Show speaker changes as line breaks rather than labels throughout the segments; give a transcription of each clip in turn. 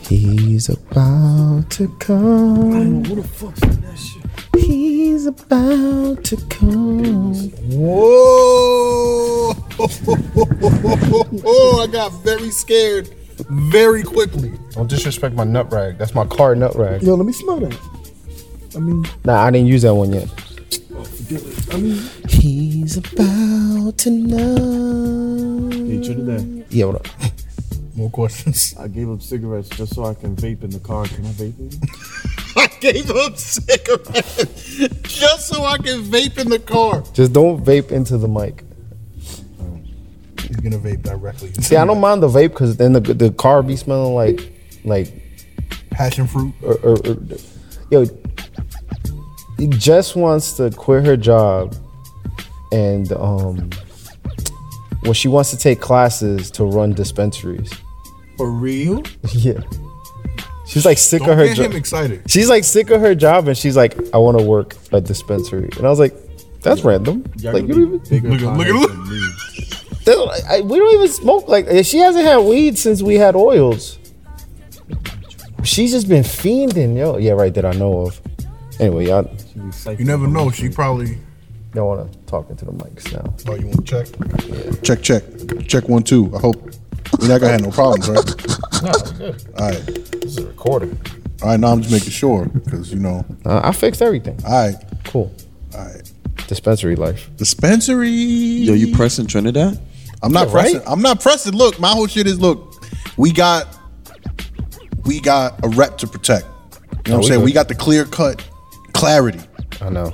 He's about to come.
Who the fuck's in that shit?
He's about to come.
Whoa! Oh, I got very scared very quickly. Don't disrespect my nut rag. That's my car nut rag.
Yo, let me smell that. I mean,
Nah, I didn't use that one yet.
forget it. I mean,
He's about to know.
Hey, Trinidad,
Yeah, what up?
More questions.
I gave up cigarettes just so I can vape in the car. Can I vape in?
I gave up cigarettes just so I can vape in the car.
Just don't vape into the mic.
He's gonna vape directly.
See, I don't mind the vape because then the the car be smelling like like
passion fruit.
or, or, or yo. Jess wants to quit her job, and um, well, she wants to take classes to run dispensaries.
For real?
Yeah, she's like sick
Don't
of her
get him
job.
excited.
She's like sick of her job, and she's like, I want to work a dispensary. And I was like, that's random.
Y'all
Like, you
gonna
don't
be
even,
bigger
Look at- look at-
clowns than me.
that's- I, we don't even smoke. Like, eh, she hasn't had weed since we had oils. She's just been fiending, yo. Yeah, right. That I know of. Anyway, y'all
She be psycho.
You never know. She probably.
don't want to talk into the mics now.
Oh, you want to check?
Check, check. Check one, two. I hope we're not gonna have no problems, right?
No, good.
All right.
This is a recording.
All right, now I'm just making sure, because you know.
Uh, I fixed everything.
All right,
Cool.
all right.
Dispensary life.
Dispensary.
Yo, you pressing Trinidad?
I'm not
Yeah, right?
pressing. I'm not pressing. Look, my whole shit is look, we got we got a rep to protect. You know what I'm
Oh, we
saying?
good.
We got the clear cut clarity.
I know,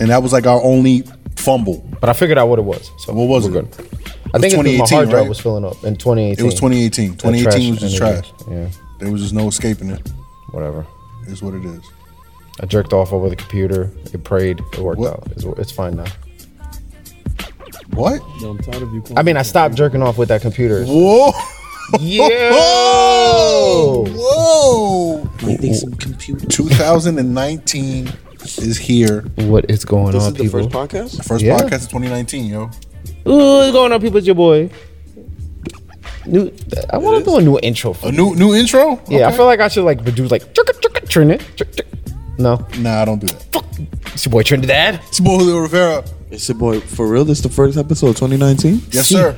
And that was like our only fumble.
but I figured out what it was. So
What was
we're
it?
Good. I think it's because my
2018,
hard drive
right?
was filling up in 2018.
It was 2018.
That trash
2018 was just
energy.
trash.
Yeah,
There was just no escaping it.
whatever.
Is what it is.
I jerked off over the computer. It prayed. It worked
What?
out. It's, it's fine now.
What?
Yo, I'm tired of you.
I mean, I stopped jerking off with that computer.
Whoa!
Yo!
Whoa! 2019 is here.
What is going
This
on,
is the
people?
first podcast.
First
Yeah.
podcast of 2019, yo.
Ooh, what's going on, people? It's your boy. New. I want to do a new intro for
A new new intro?
Yeah, I
Okay.
feel like I should like do like chicka chicka turn it. chick, chick. No,
Nah, I don't do that.
it's your boy Trinidad.
It's your boy Julio Rivera.
It's your boy. For real, this the first episode of 2019.
Yes,
See.
sir.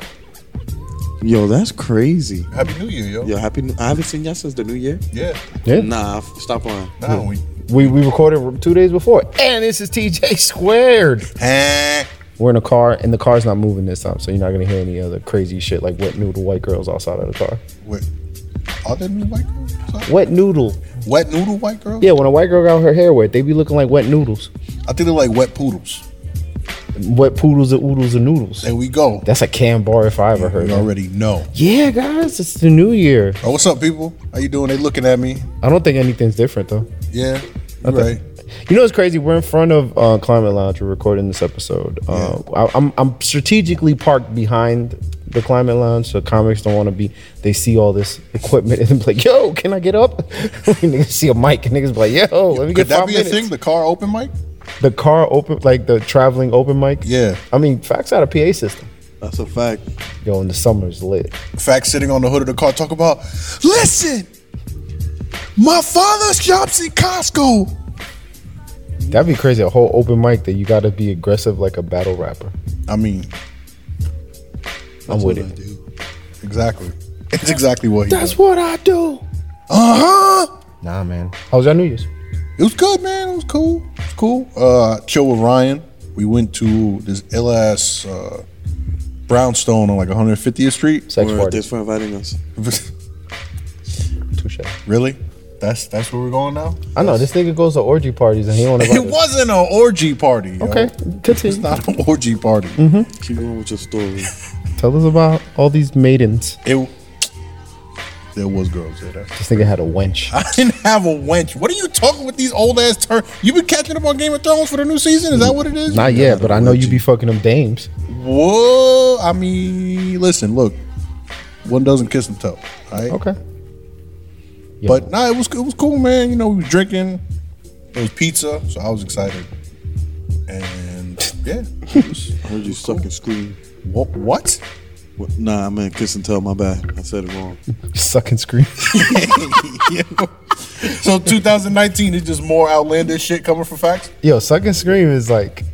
Yo, that's crazy.
Happy New Year, yo.
Yo, happy. I haven't seen y'all since the new year.
Yeah.
Yeah.
Nah, f- stop lying.
Nah, we
We we recorded two days before, and this is TJ squared.
Eh,
We're in a car, and the car's not moving this time, so you're not gonna hear any other crazy shit like wet noodle white girls outside of the car.
Wait. Are there new white girls? outside?
Wet noodle.
Wet noodle white girls?
Yeah, when a white girl got her hair wet, they be looking like wet noodles.
I think they're like wet poodles.
Wet poodles and oodles and noodles.
There we go.
That's a can bar if I ever heard.
You
it.
already know.
Yeah, guys, it's the new year.
Oh, what's up, people? How you doing? They looking at me.
I don't think anything's different though.
Yeah. You right.
You know what's crazy? We're in front of uh, Climate Lounge. We're recording this episode. Uh, I, I'm I'm strategically parked behind the Climate Lounge, so comics don't want to be. They see all this equipment and they're like, "Yo, can I get up?" niggas see a mic and niggas be like, "Yo, let me get
Could that
five
be
minutes."
a thing? The car open mic?
The car open, like the traveling open mic.
Yeah.
I mean, facts out of PA system.
That's a fact.
Yo, in the summer's lit.
Fact sitting on the hood of the car talk about, listen, my father shops in Costco.
That'd be crazy. A whole open mic that you got to be aggressive like a battle rapper.
I mean,
I'm with it.
exactly. It's exactly what he does.
what I do.
Uh huh.
Nah, man. How was your New Year's?
It was good, man. It was cool. It was cool. Uh, chill with Ryan. We went to this ill ass uh, brownstone on like 150th Street.
Sex
Word,
party.
Thanks for inviting us.
Touche.
really? That's that's where we're going now.
I know this nigga goes to orgy parties and he don't invite
It
us.
wasn't an orgy party. yo.
Okay,
It's
continue.
not an orgy party.
Keep going with your story.
Tell us about all these maidens.
It. There was girls there. That's-
This nigga had a wench.
I didn't have a wench. What are you talking with these old ass turn? You been catching up on Game of Thrones for the new season? Is that what it is?
Not
Yeah,
yet, but I know you be fucking them dames.
Whoa! I mean, listen, look. One doesn't kiss and tell. All right.
Okay. Yo,
But nah, it was it was cool, man. You know, we was drinking. It was pizza, so I was excited. And yeah, it was-
I heard you suck and scream.
what? what?
What- Nah, I meant kiss and tell. My bad. I said it wrong.
Sucking screen.
So 2019 is just more outlandish shit coming from facts.
Yo, Suck and Scream is like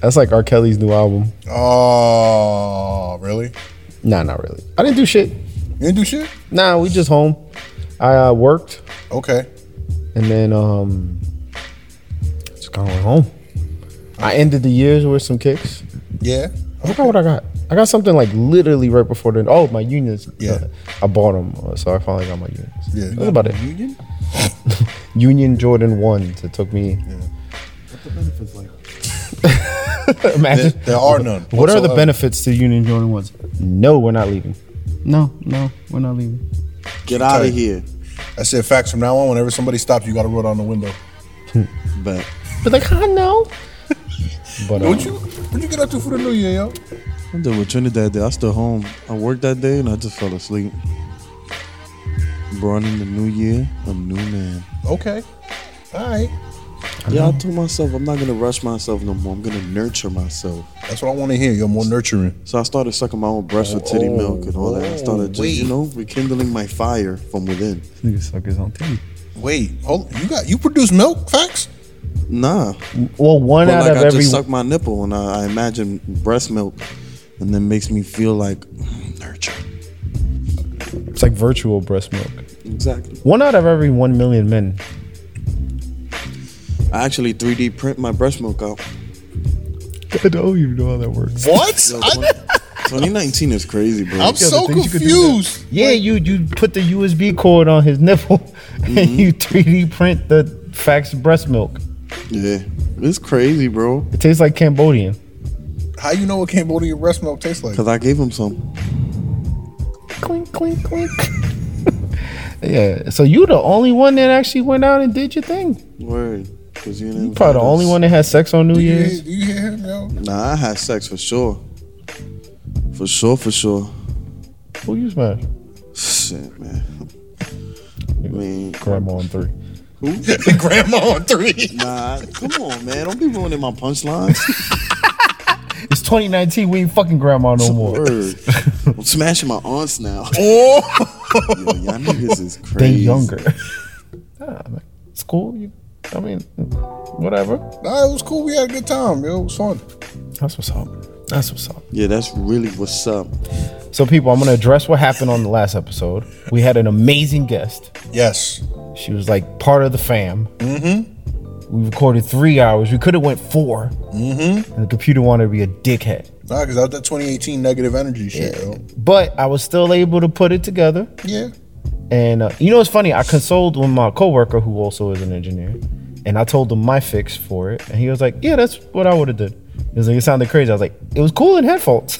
that's like R. Kelly's new album.
Oh, really?
Nah, not really. I didn't do shit.
You didn't do shit?
Nah, we just home. I uh, worked
Okay.
and then um just kind of went home. I ended the years with some kicks.
Yeah.
I forgot what I got. I got something like literally right before the oh my unions.
Yeah.
I bought them, uh, so I finally got my unions.
Yeah.
that's about it.
Union?
Union Jordan ones. It took me.
There,
Imagine
there are none.
What are the
whatsoever.
benefits to Union Jordan ones? No, we're not leaving. No, no, we're not leaving.
Get out
tight.
of here.
I said facts from now on. Whenever somebody stops, you got to roll down the window.
But
But like, I know. But um,
What you what you get up to for the new year, yo?
I'm done with Trinidad Day. I still home. I worked that day and I just fell asleep. Brought in the new year, a new man.
Okay. All right.
Yeah, I told myself I'm not gonna rush myself no more. I'm gonna nurture myself.
That's what I want to hear. Yo, more nurturing.
So I started sucking my own breast with titty milk and all that. I started just, you know, rekindling my fire from within.
nigga suck his own team.
Wait, hold, you got you produce milk? Facts?
Nah,
Well, one
but
out
like
of
I
every
just suck my nipple and I, I imagine breast milk, and then makes me feel like mm, nurture.
it's like virtual breast milk.
Exactly.
One out of every one million men.
I actually 3D print my breast milk out.
I don't even know how that works.
What?
Yo,
I,
20- 2019 is crazy, bro.
I'm so
things you could do
confused.
Yeah, you you put the USB cord on his nipple and you 3D print the fax breast milk.
yeah, it's crazy, bro.
It tastes like Cambodian.
How you know what Cambodian breast milk tastes like?
Cause I gave him some.
Clink, clink, clink. yeah. So you the only one that actually went out and did your thing.
Word. Cause you didn't
Probably the only one that had sex on New
Do you, hear,
Year's.
do you hear him, yo?
Nah, I had sex for sure. For sure, for sure.
Who you smash?
Shit, man. I mean,
Grandma on three.
Grandma on three.
nah, come on, man. Don't be ruining my punchlines.
It's 2019. We ain't fucking grandma no more.
Word. I'm smashing my aunts now.
Oh.
Yo, y'all niggas is crazy.
They younger. nah, like, it's cool. You, I mean, whatever.
Nah, it was cool. We had a good time, yo. It was fun.
That's what's up. That's what's up.
Yeah, that's really what's up.
So, people, I'm going to address what happened on the last episode. We had an amazing guest.
Yes.
She was like part of the fam. Mm-hmm. We recorded three hours. We could have went 4 Mm-hmm. And the computer wanted to be a dickhead.
Nah, because I was that 2018 negative energy shit, yo.
But I was still able to put it together.
Yeah.
And uh, you know what's funny? I consoled with my coworker who also is an engineer, and I told him my fix for it, and he was like, "Yeah, that's what I would have done." He was like, "It sounded crazy." I was like, "It was cool in headphones.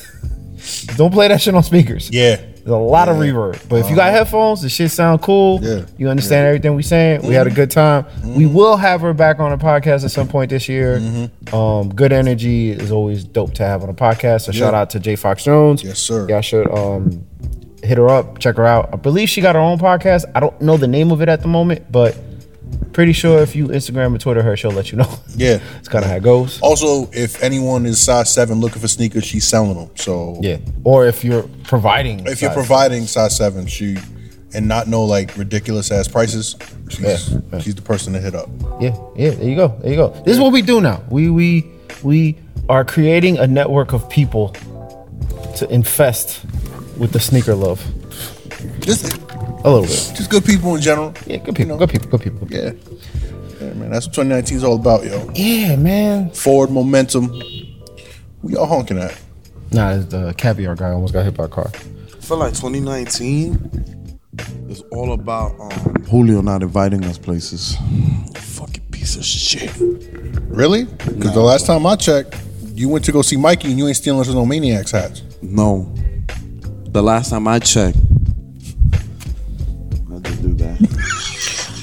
Don't play that shit on speakers.
Yeah. Uh-huh.
there's a lot of reverb. But if you got headphones, the shit sound cool.
Yeah. Mm-hmm.
you understand everything we saying. We had a good time. We will have her back on the podcast at some point this year.
Mm-hmm.
Um, good energy is always dope to have on a podcast. So shout out to J Fox Jones.
Yes, sir.
Y'all should um hit her up, check her out. I believe she got her own podcast. I don't know the name of it at the moment, but pretty sure if you Instagram or Twitter her, she'll let you know.
Yeah.
it's kind of how it goes.
Also, if anyone is size seven looking for sneakers, she's selling them. So
Yeah, or if you're providing,
if you're
size.
providing size seven, she and not know like ridiculous ass prices, she's
Yeah, yeah.
she's the person to hit up.
yeah, yeah, there you go, there you go. This is what we do now. We we we are creating a network of people to infest with the sneaker love
Just
a little bit.
just good people in general.
Yeah, good people, good people, good people. Good people.
Yeah. Yeah, man. That's what 2019 is all about, yo.
Yeah, man.
Forward momentum. We all honking at.
Nah, the caviar guy almost got hit by a car.
I feel like 2019 is all about um, Julio not inviting us places. Fucking piece of shit.
Really? Because the last time I checked, you went to go see Mikey and you ain't stealing no maniacs hats.
No. The last time I checked, I did do that.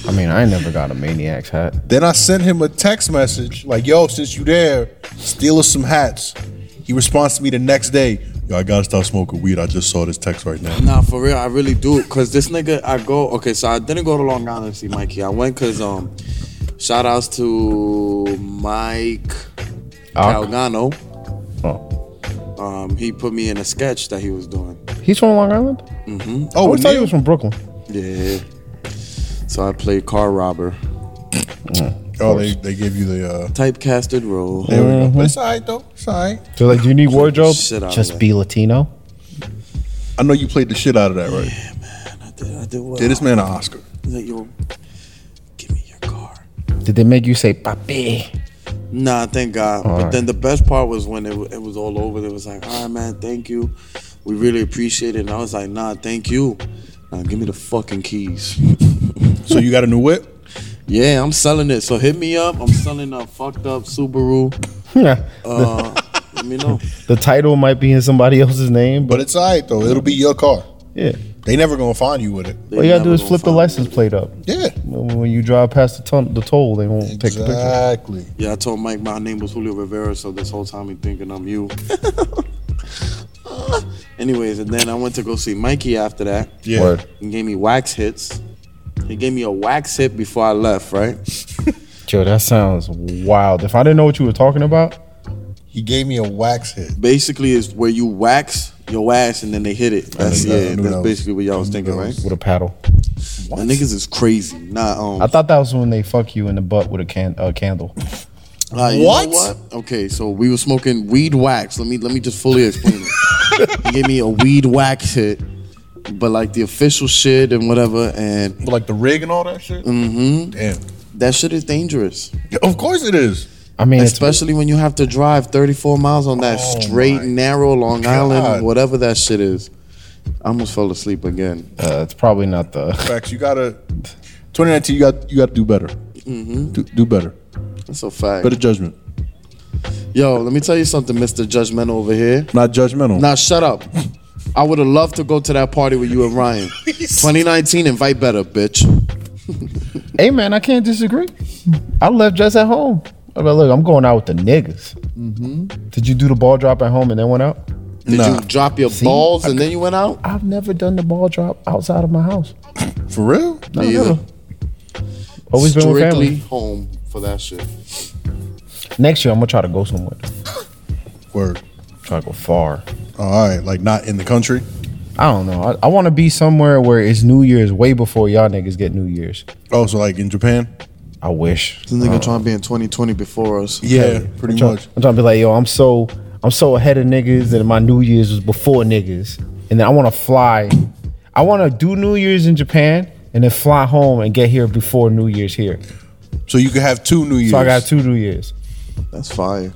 I mean, I ain't never got a maniac's hat.
Then I sent him a text message like, "Yo, since you there, steal us some hats." He responds to me the next day, "Yo, I gotta stop smoking weed. I just saw this text right now."
nah, for real, I really do it. Cause this nigga, I go. Okay, so I didn't go to Long Island to see Mikey. I went cause um, shout outs to Mike
Al-
Calgano.
Oh.
um, he put me in a sketch that he was doing.
He's from Long Island.
Oh,
I always thought he
Neil?
was from Brooklyn.
Yeah. So I played car robber,
oh, they, they gave you the. Uh,
typecasted role.
there we go. But it's all right though. It's all right.
So like, do you need wardrobe?
Shit out of
Just
that.
be Latino.
I know you played the shit out of that, right?
I did, I did well.
Did this man an Oscar?
He's like, yo, give me your car.
Did they make you say papi?
Nah, thank God. but
right.
then the best part was when it, wa- it was all over. It was like, all right, man, thank you. We really appreciate it. And I was like, nah, thank you. Now give me the fucking keys.
So you got a new whip?
yeah, I'm selling it. So hit me up. I'm selling a fucked up Subaru. Uh. Let me know.
the title might be in somebody else's name, but
But it's all right though. It'll be your car.
yeah.
They never gonna find you with it.
All you gotta do
They
is
never
flip the
gonna find me.
license plate up.
Yeah.
When when you drive past the, ton- the toll, they won't take the picture.
Exactly.
Yeah, I told Mike my name was Julio Rivera, so this whole time he thinking I'm you. Anyways, and then I went to go see Mikey after that.
Yeah.
Word.
He gave me wax hits. He gave me a wax hit before I left, right?
Joe, that sounds wild. If I didn't know what you were talking about,
He gave me a wax hit.
Basically, is where you wax your ass and then they hit it. That's
knew that. I
yeah,
knew
that's
that was-
basically what y'all was thinking, right?
with a paddle,
The niggas is crazy. Nah, um,
I thought that was when they fuck you in the butt with a can a candle.
Uh, you know
What?
Okay, so we were smoking weed wax. Let me let me just fully explain it. he gave me a weed wax hit, but like the official shit and whatever, and
But like the rig and all that shit? Mm-hmm. Damn.
that shit is dangerous,
Yeah, Of course it is.
I mean, it's,
especially when you have to drive 34 miles on that
Oh
straight,
my
narrow Long
God.
Island, whatever that shit is. I almost fell asleep again.
uh, it's probably not the.
Facts. You gotta 2019, you got you gotta do better.
Mm-hmm.
Do, do better.
That's a fact.
Better judgment.
Yo, let me tell you something, Mr. Judgmental over here.
Not judgmental.
Now shut up. I would have loved to go to that party with you and Ryan. 2019, invite better, bitch.
hey man, I can't disagree. I left just at home. I mean, look, I'm going out with the niggas. Did you do the ball drop at home and then went out?
Did
Nah.
you drop your balls and then you went out?
I've never done the ball drop outside of my house.
For real?
No,
Me
never.
either.
Always been with
Strictly
family.
home for that shit.
Next year, I'm gonna try to go somewhere.
Word.
Try to go far.
All right, like not in the country.
I don't know. I, I want to be somewhere where it's New Year's way before y'all niggas get New Year's.
Oh, so like in Japan?
I wish.
This nigga trying to be in 2020 before us.
Yeah, pretty
try-
much.
I'm trying to be like, yo, I'm so I'm so ahead of niggas and my New Year's was before niggas. And then I wanna fly. I wanna do New Year's in Japan and then fly home and get here before New Year's here.
So you could have two New Year's.
So I got two New Year's.
That's fire.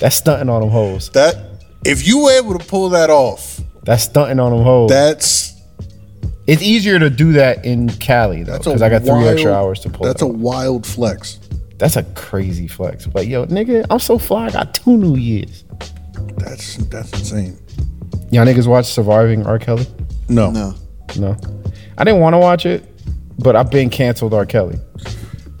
That's stunting on them hoes.
That if you were able to pull that off,
That's stunting on them hoes.
that's
it's easier to do that in Cali though,
that's a
because I got three
wild-
extra hours to pull.
That's
That's
a
a
wild flex.
that's a crazy flex. But yo, nigga, I'm so fly. I got two New Year's.
That's that's insane.
Y'all niggas watch Surviving R. Kelly?
No.
No.
No, I didn't want to watch it, but I've been canceled R. Kelly.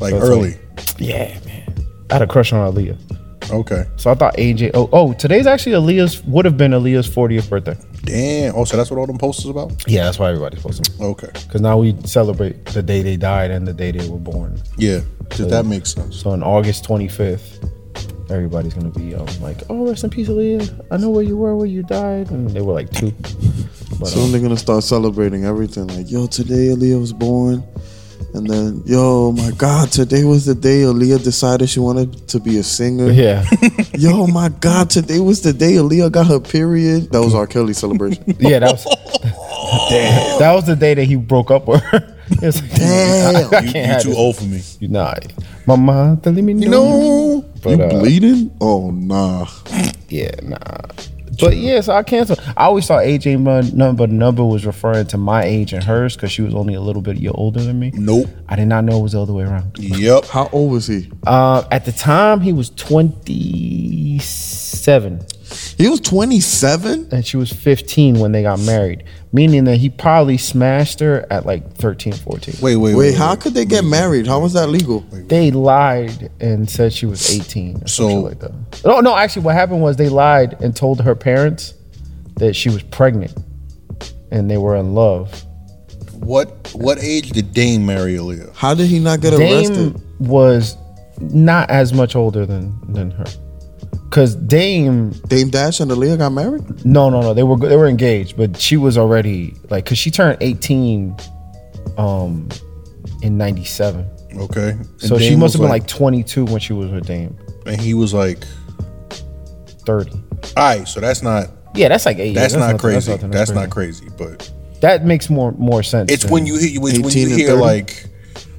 Like
That's
early.
Yeah, man. I had a crush on Aaliyah.
Okay.
So I thought AJ. Oh, oh today's actually Aaliyah's, would have been Aaliyah's 40th birthday.
Damn. Oh, so that's what all them posters about?
Yeah, that's why everybody's supposed to.
Okay.
Because now we celebrate the day they died and the day they were born.
Yeah. Did that make sense?
So on August 25th, everybody's going to be um, like, oh, rest in peace, Aaliyah. I know where you were, where you died. And they were like two. But,
Soon
um,
they're gonna start celebrating everything. Like, yo, today Aaliyah was born. And then, yo, my God, today was the day Aaliyah decided she wanted to be a singer.
yeah.
Yo, my God, today was the day Aaliyah got her period. That was R. Kelly celebration.
Yeah, that was. That was the day that he broke up with her. It's like,
Damn.
I, I
You,
can't
you
have
too
this.
old for me.
You Nah, mama, tell me no.
no.
But, uh,
bleeding? Oh, nah.
Yeah, nah. But yeah, so I canceled. I always thought AJ Mun- number but number was referring to my age and hers because she was only a little bit year older than me.
Nope.
I did not know it was the other way around.
Yep.
How old was he?
Uh, at the time, he was twenty seven,
He was 27?
and she was fifteen when they got married, meaning that he probably smashed her at like 13, 14.
Wait, wait, wait.
Wait,
wait
how could they get married? How was that legal?
They lied and said she was 18 or
So-
something like that. No, no, actually, what happened was they lied and told her parents that she was pregnant and they were in love.
What what age did Dame marry Aaliyah?
How did he not get
Dame
arrested?
was not as much older than, than her. because Dame
Dame Dash and Aaliyah got married.
No, no, no. They were they were engaged, but she was already like cuz she turned 18 um in 97.
Okay. And
So she
Dame
must
was
have been like 22 when she was with Dame.
and he was like,
30.
all right, so that's not
Yeah, that's like 8
that's,
years.
not
nothing-
crazy. That's,
nothing,
not crazy, but
crazy. That makes more more sense.
it's
than-
when you hear it's when
18
you
and
hear
30?
like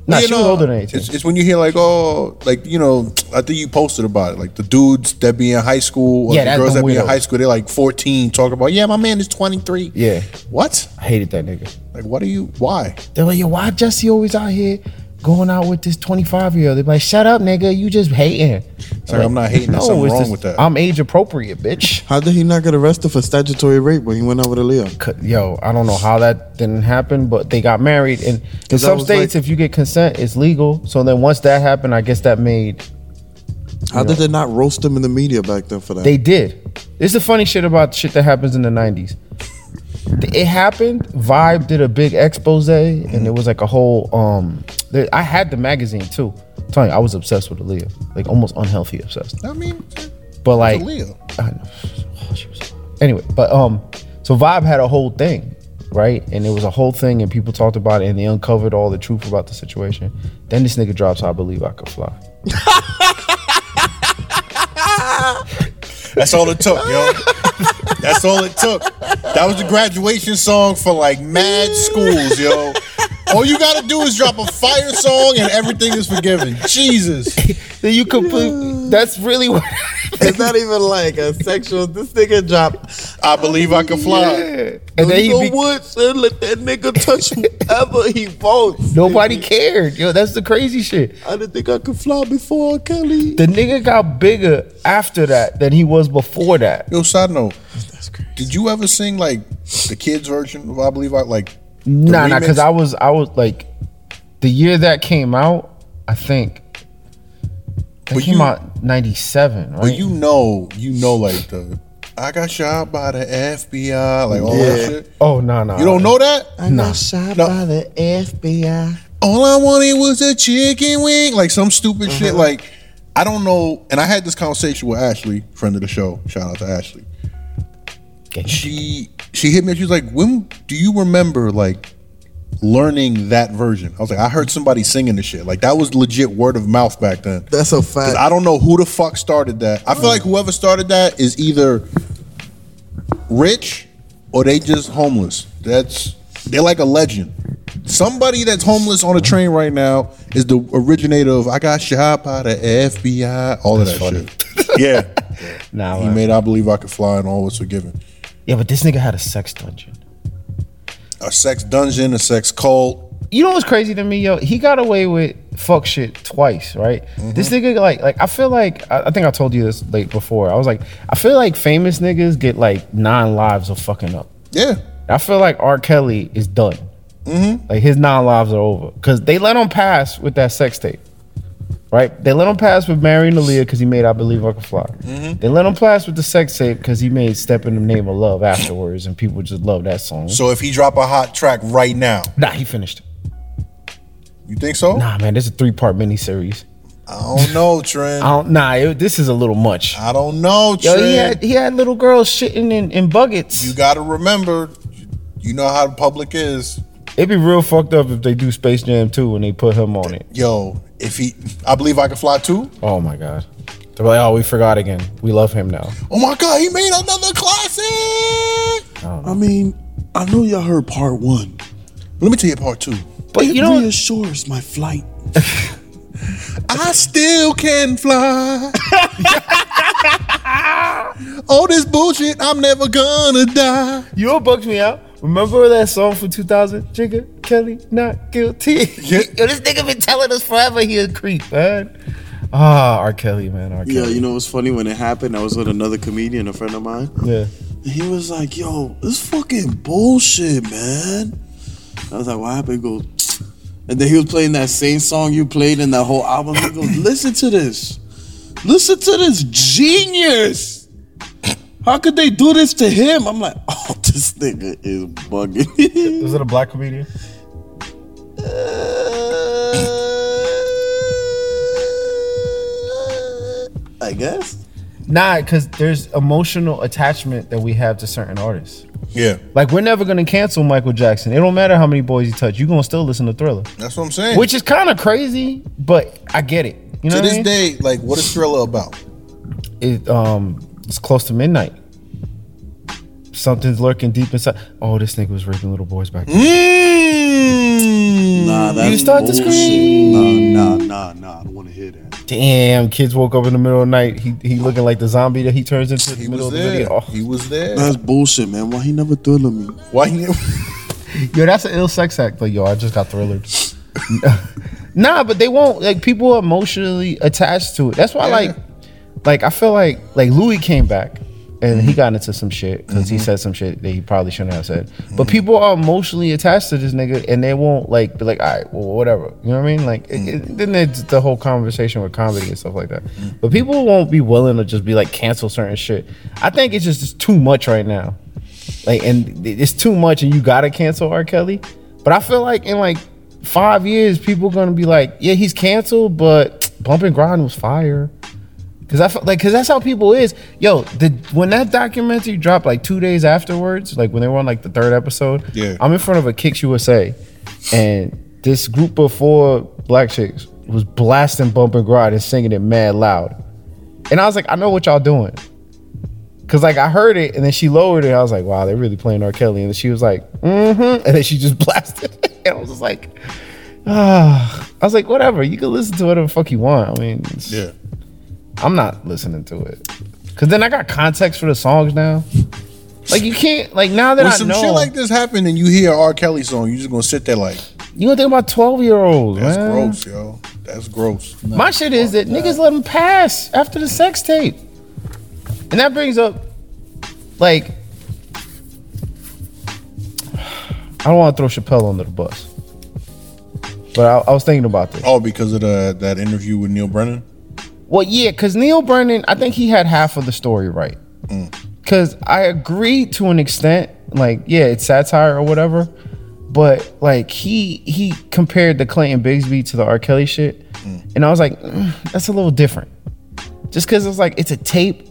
Nah,
you
she was older than 18.
It's, it's when you hear like oh like you know I think you posted about it like the dudes that be in high school or
Yeah,
the
that's
girls
the
that be in
weirdos.
high school they're like 14 talking about yeah my man is 23
Yeah.
what
I hated that nigga.
like what are you why
They're like, "Yo, why Jesse always out here going out with this 25-year-old?" They're like, "Shut up, nigga. You just hating."
it's like, I'm not hating there's something
it's
wrong
just-
with that
I'm age appropriate, bitch.
How did he not get arrested for statutory rape when he went out with Aaliyah?
c- yo, I don't know how that didn't happen, but they got married. And in
that
some
was
states,
like-
if you get consent, it's legal. So then once that happened, I guess that made
How did they not roast him in the media back then for that?
they did. This is the funny shit about shit that happens in the '90s. It happened. Vibe did a big expose, and it was like a whole. um there- I had the magazine too. I'm telling you, I was obsessed with Aaliyah, like almost unhealthy obsessed.
I mean
But like,
Aaliyah.
I know. Oh, she was- Anyway, but um, so Vibe had a whole thing, right? And it was a whole thing, and people talked about it, and they uncovered all the truth about the situation. Then this nigga drops, "I believe I could fly."
That's all it took, yo. That's all it took. That was the graduation song for like mad schools, yo. All you gotta do is drop a fire song and everything is forgiven. Jesus.
Then you completely. That's really what.
It's not even like a sexual. This nigga dropped.
I believe I can fly.
and then he be,
would should let that nigga touch whoever he wants.
nobody cared. Yo, that's the crazy shit.
I didn't think I could fly before Kelly.
The nigga got bigger after that than he was before that.
Yo, side note,
That's crazy.
did you ever sing like the kids version of I Believe I like the
Nah, nah, because
remix?
I was, I was like, the year that came out, I think. That
But
came
you-
out '97, right?
But you know, you know like the I got shot by the FBI, like all that
Yeah.
shit.
Oh no no!
You don't know that?
I got shot
No.
by the FBI.
all I wanted was a chicken wing, like some stupid shit. Like I don't know. And I had this conversation with Ashley, friend of the show. Shout out to Ashley. She she hit me. up, She was like, "When do you remember like learning that version?" I was like, "I heard somebody singing this shit. Like that was legit word of mouth back then."
That's a
'Cause
fact.
I don't know who the fuck started that. I feel like whoever started that is either rich or they just homeless. That's they're like a legend. Somebody that's homeless on a train right now is the originator of I got shot by the FBI, all of that shit. yeah.
Nah,
He
man.
made I believe I could fly and all was forgiven.
yeah, but this nigga had a sex dungeon.
A sex dungeon, a sex cult.
You know what's crazy to me, yo? He got away with fuck shit twice, right?
Mm-hmm.
This nigga, like, like I feel like I, I think I told you this late before. I was like, I feel like famous niggas get like nine lives of fucking up.
Yeah.
I feel like R. Kelly is done. Like his nine lives are over because they let him pass with that sex tape, right? They let him pass with marrying Aaliyah because he made "I Believe I Can Fly." They let him pass with the sex tape because he made "Step in the Name of Love" afterwards, and people just love that song.
So if he drop a hot track right now,
nah, he finished.
you think so?
Nah, man, this is a three-part miniseries.
I don't know, Trent.
I don't. Nah, it, this is a little much.
I don't know,
Yo,
Trent.
he had he had little girls shitting in, in buckets.
you gotta remember, you know how the public is.
It'd be real fucked up if they do Space Jam 2 when they put him on it.
Yo, if he, I believe I can fly too.
Oh my god. They're like, oh, we forgot again. We love him now.
Oh my god, he made another classic.
I mean, I know y'all heard part one.
Let me tell you part two.
But
it
you know,
reassures my flight.
I still can fly. All this bullshit, I'm never gonna die.
you know what bugs me out? Remember that song from 2000? Jigga Kelly, not guilty.
Yeah.
Yo, this nigga been telling us forever he a creep, man. Ah, R. Kelly, man. R.
Yeah,
Kelly.
you know what's funny? When it happened, I was with another comedian, a friend of mine,
Yeah.
and he was like, "Yo, this fucking bullshit, man." I was like, "What happened?" He goes, and then he was playing that same song you played in that whole album. He goes, "Listen to this, listen to this genius." How could they do this to him? I'm like, oh, this nigga is bugging.
Was it a black comedian?
I guess.
Nah, because there's emotional attachment that we have to certain artists.
Yeah,
Like we're never gonna cancel Michael Jackson. It don't matter how many boys he touched. You are gonna still listen to Thriller,
that's what I'm saying.
which is kind of crazy, but I get it. You know
to
what I
this
mean?
day, like, what is Thriller about?
it um it's close to midnight. Something's lurking deep inside. Oh, this nigga was raping little boys back. then.
Mm.
Nah, that's
start to
bullshit.
scream.
Nah, nah, nah, nah. I don't want to hear that.
Damn, kids woke up in the middle of the night. He he looking like the zombie that he turns into in the
He
middle
was
of the video.
there.
Oh.
He was there.
That's bullshit, man. Why he never thrilled me?
Why he?
Yo, that's an ill sex act. Like, yo, I just got thrillered. nah, but they won't. Like, people are emotionally attached to it. That's why, like, like I feel like like Louis came back and he got into some shit because he said some shit that he probably shouldn't have said. But people are emotionally attached to this nigga and they won't like be like, all right, well, whatever. You know what I mean? Like, it- it, then it's the whole conversation with comedy and stuff like that. But people won't be willing to just be like cancel certain shit. I think it's just it's too much right now like and it's too much and you gotta cancel R. Kelly. But I feel like in like five years, people gonna be like, yeah, he's canceled, but Bump and Grind was fire. Cause I felt like, cause that's how people is. Yo, the when that documentary dropped like two days afterwards, like when they were on like the third episode,
Yeah.
I'm in front of a Kicks USA, and this group of four black chicks was blasting Bump and Grind and singing it mad loud, and I was like, I know what y'all doing, cause like I heard it, and then she lowered it. I was like, wow, they're really playing R. Kelly, and then she was like, mm-hmm, and then she just blasted, it. and I was just like, ah, I was like, whatever, you can listen to whatever the fuck you want. I mean, it's-
yeah.
I'm not listening to it. Cause then I got context for the songs now. Like you can't like now that
When
I
some
know
shit like this happened and you hear a R. Kelly song, you just gonna sit there like,
you gonna think about twelve year olds,
that's
man.
gross, yo. That's gross.
My shit is that niggas let them pass after the sex tape, and that brings up like I don't want to throw Chappelle under the bus, but I, I was thinking about this.
Oh, because of the that interview with Neil Brennan.
Well, yeah, because Neil Brennan, I think he had half of the story right. Because I agree to an extent, like, yeah, it's satire or whatever, but like he he compared the Clinton Bigsby to the R. Kelly shit, and I was like, "Mm, that's a little different. Just because it's like it's a tape,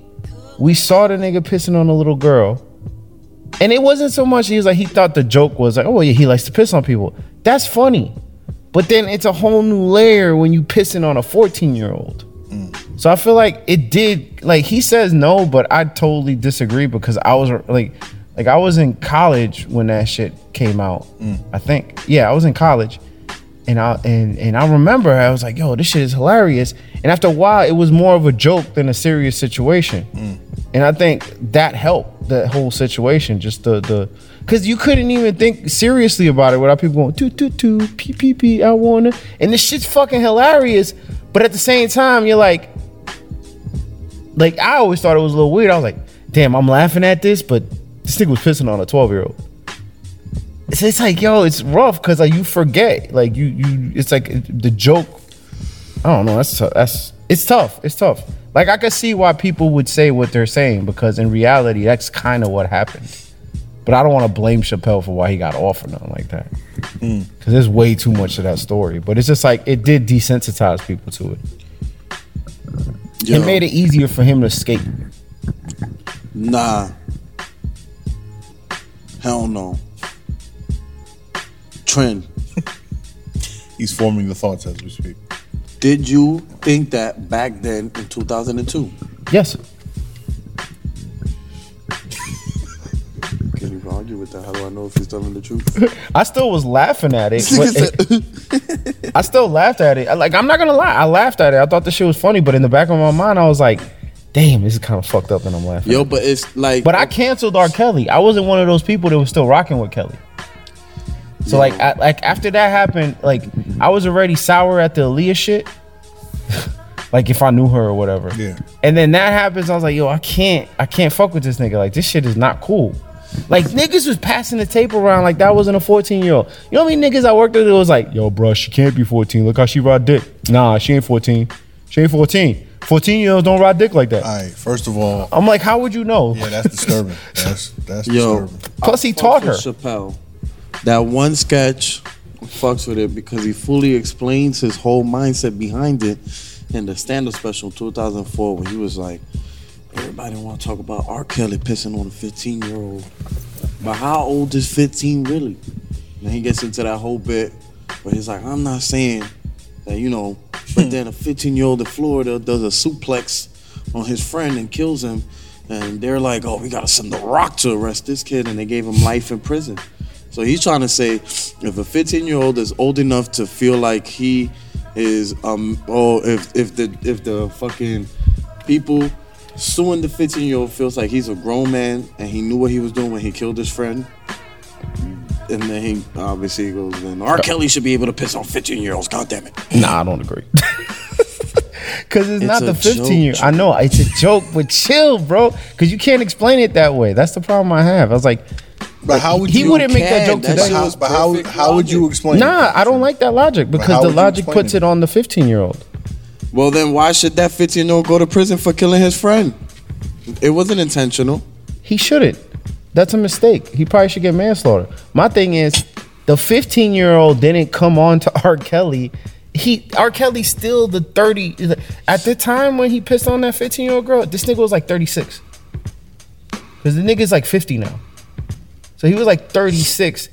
we saw the nigga pissing on a little girl, and it wasn't so much he was like he thought the joke was like, oh yeah, he likes to piss on people. That's funny, but then it's a whole new layer when you pissing on a fourteen year old. So I feel like it did like he says no, but I totally disagree because I was like like I was in college when that shit came out. I think. Yeah, I was in college. And I and and I remember I was like, yo, this shit is hilarious. And after a while, it was more of a joke than a serious situation. And I think that helped that whole situation. Just the the because you couldn't even think seriously about it without people going toot toot toot pee pee pee. I wanna and this shit's fucking hilarious. But at the same time, you're like, like I always thought it was a little weird. I was like, damn, I'm laughing at this, but this nigga was pissing on a 12 year old. So it's like, yo, it's rough because like you forget, like you you, it's like the joke. I don't know. That's tou- that's it's tough. It's tough. Like I could see why people would say what they're saying because in reality, that's kind of what happened. But I don't want to blame Chappelle for why he got off or nothing like that. Because there's way too much to that story. But it's just like it did desensitize people to it.
Yo,
It made it easier for him to escape.
nah. Hell no. Trend.
He's forming the thoughts as we speak.
Did you think that back then in 2002?
Yes.
Can you argue with that? How do I know if he's telling the truth?
I still was laughing at it. but it- I still laughed at it. I- Like I'm not gonna lie, I laughed at it. I thought the shit was funny, but in the back of my mind, I was like, "Damn, this is kind of fucked up," and I'm laughing.
Yo, but it's like.
Oh.
But I canceled R. Kelly. I wasn't one of those people that was still rocking with Kelly. So like, I, like after that happened, like I was already sour at the Aaliyah shit. like if I knew her or whatever.
Yeah.
And then that happens, I was like, yo, I can't, I can't fuck with this nigga. Like this shit is not cool. Like niggas was passing the tape around like that wasn't a 14 year old. You know how many niggas I worked with that was like, yo, bro, she can't be 14. Look how she ride dick. Nah, she ain't 14. She ain't 14. 14 year olds don't ride dick like that.
All right. First of all,
I'm like, how would you know?
Uh, yeah, that's disturbing. That's that's
Yo.
disturbing.
Plus he taught her.
fucks with Chappelle. That one sketch fucks with it because he fully explains his whole mindset behind it in the stand-up special 2004 when he was like, Everybody want to talk about R. Kelly pissing on a 15 year old, but how old is 15 really? And he gets into that whole bit where he's like, I'm not saying that you know, but then a 15 year old in Florida does a suplex on his friend and kills him, and they're like, oh, we gotta send the Rock to arrest this kid, and they gave him life in prison. So he's trying to say, if a 15 year old is old enough to feel like he is, um, oh, if if the if the fucking people suing the 15 year old feels like he's a grown man and he knew what he was doing when he killed his friend. And then he obviously goes, then R. Kelly should be able to piss on 15 year olds. God damn it.
Nah, I don't agree. Cause it's, not
a
the
joke,
15 year. I know it's a joke, but chill, bro. Cause you can't explain it that way. That's the problem I have. I was like,
But how would
he
you?
wouldn't make that
can.
joke
That
But
today.
shit
how,
was
but how,
perfect
how would you
logic.
explain?
Nah,
it?
I don't like that logic
how
because
would
the
you
logic
explain
puts
it?
it on the 15 year old.
Well, then why should that 15 year old go to prison for killing his friend? It wasn't intentional.
He shouldn't. That's a mistake. He probably should get manslaughter. My thing is, the 15 year old didn't come on to R. Kelly. He R. Kelly's still the 30. At the time when he pissed on that 15 year old girl, this nigga was like 36. Because the nigga's like 50 now. So he was like 36.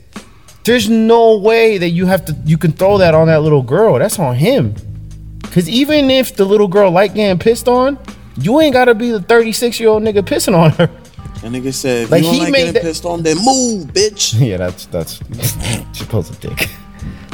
There's no way that you have to you can throw that on that little girl. That's on him. Cause even if the little girl like getting pissed on, you ain't gotta be the 36 year old nigga pissing on her.
And nigga said, if
Like,
you don't
he
like
made
getting
that-
pissed on, then move, bitch.
Yeah, that's that's she pulls a dick.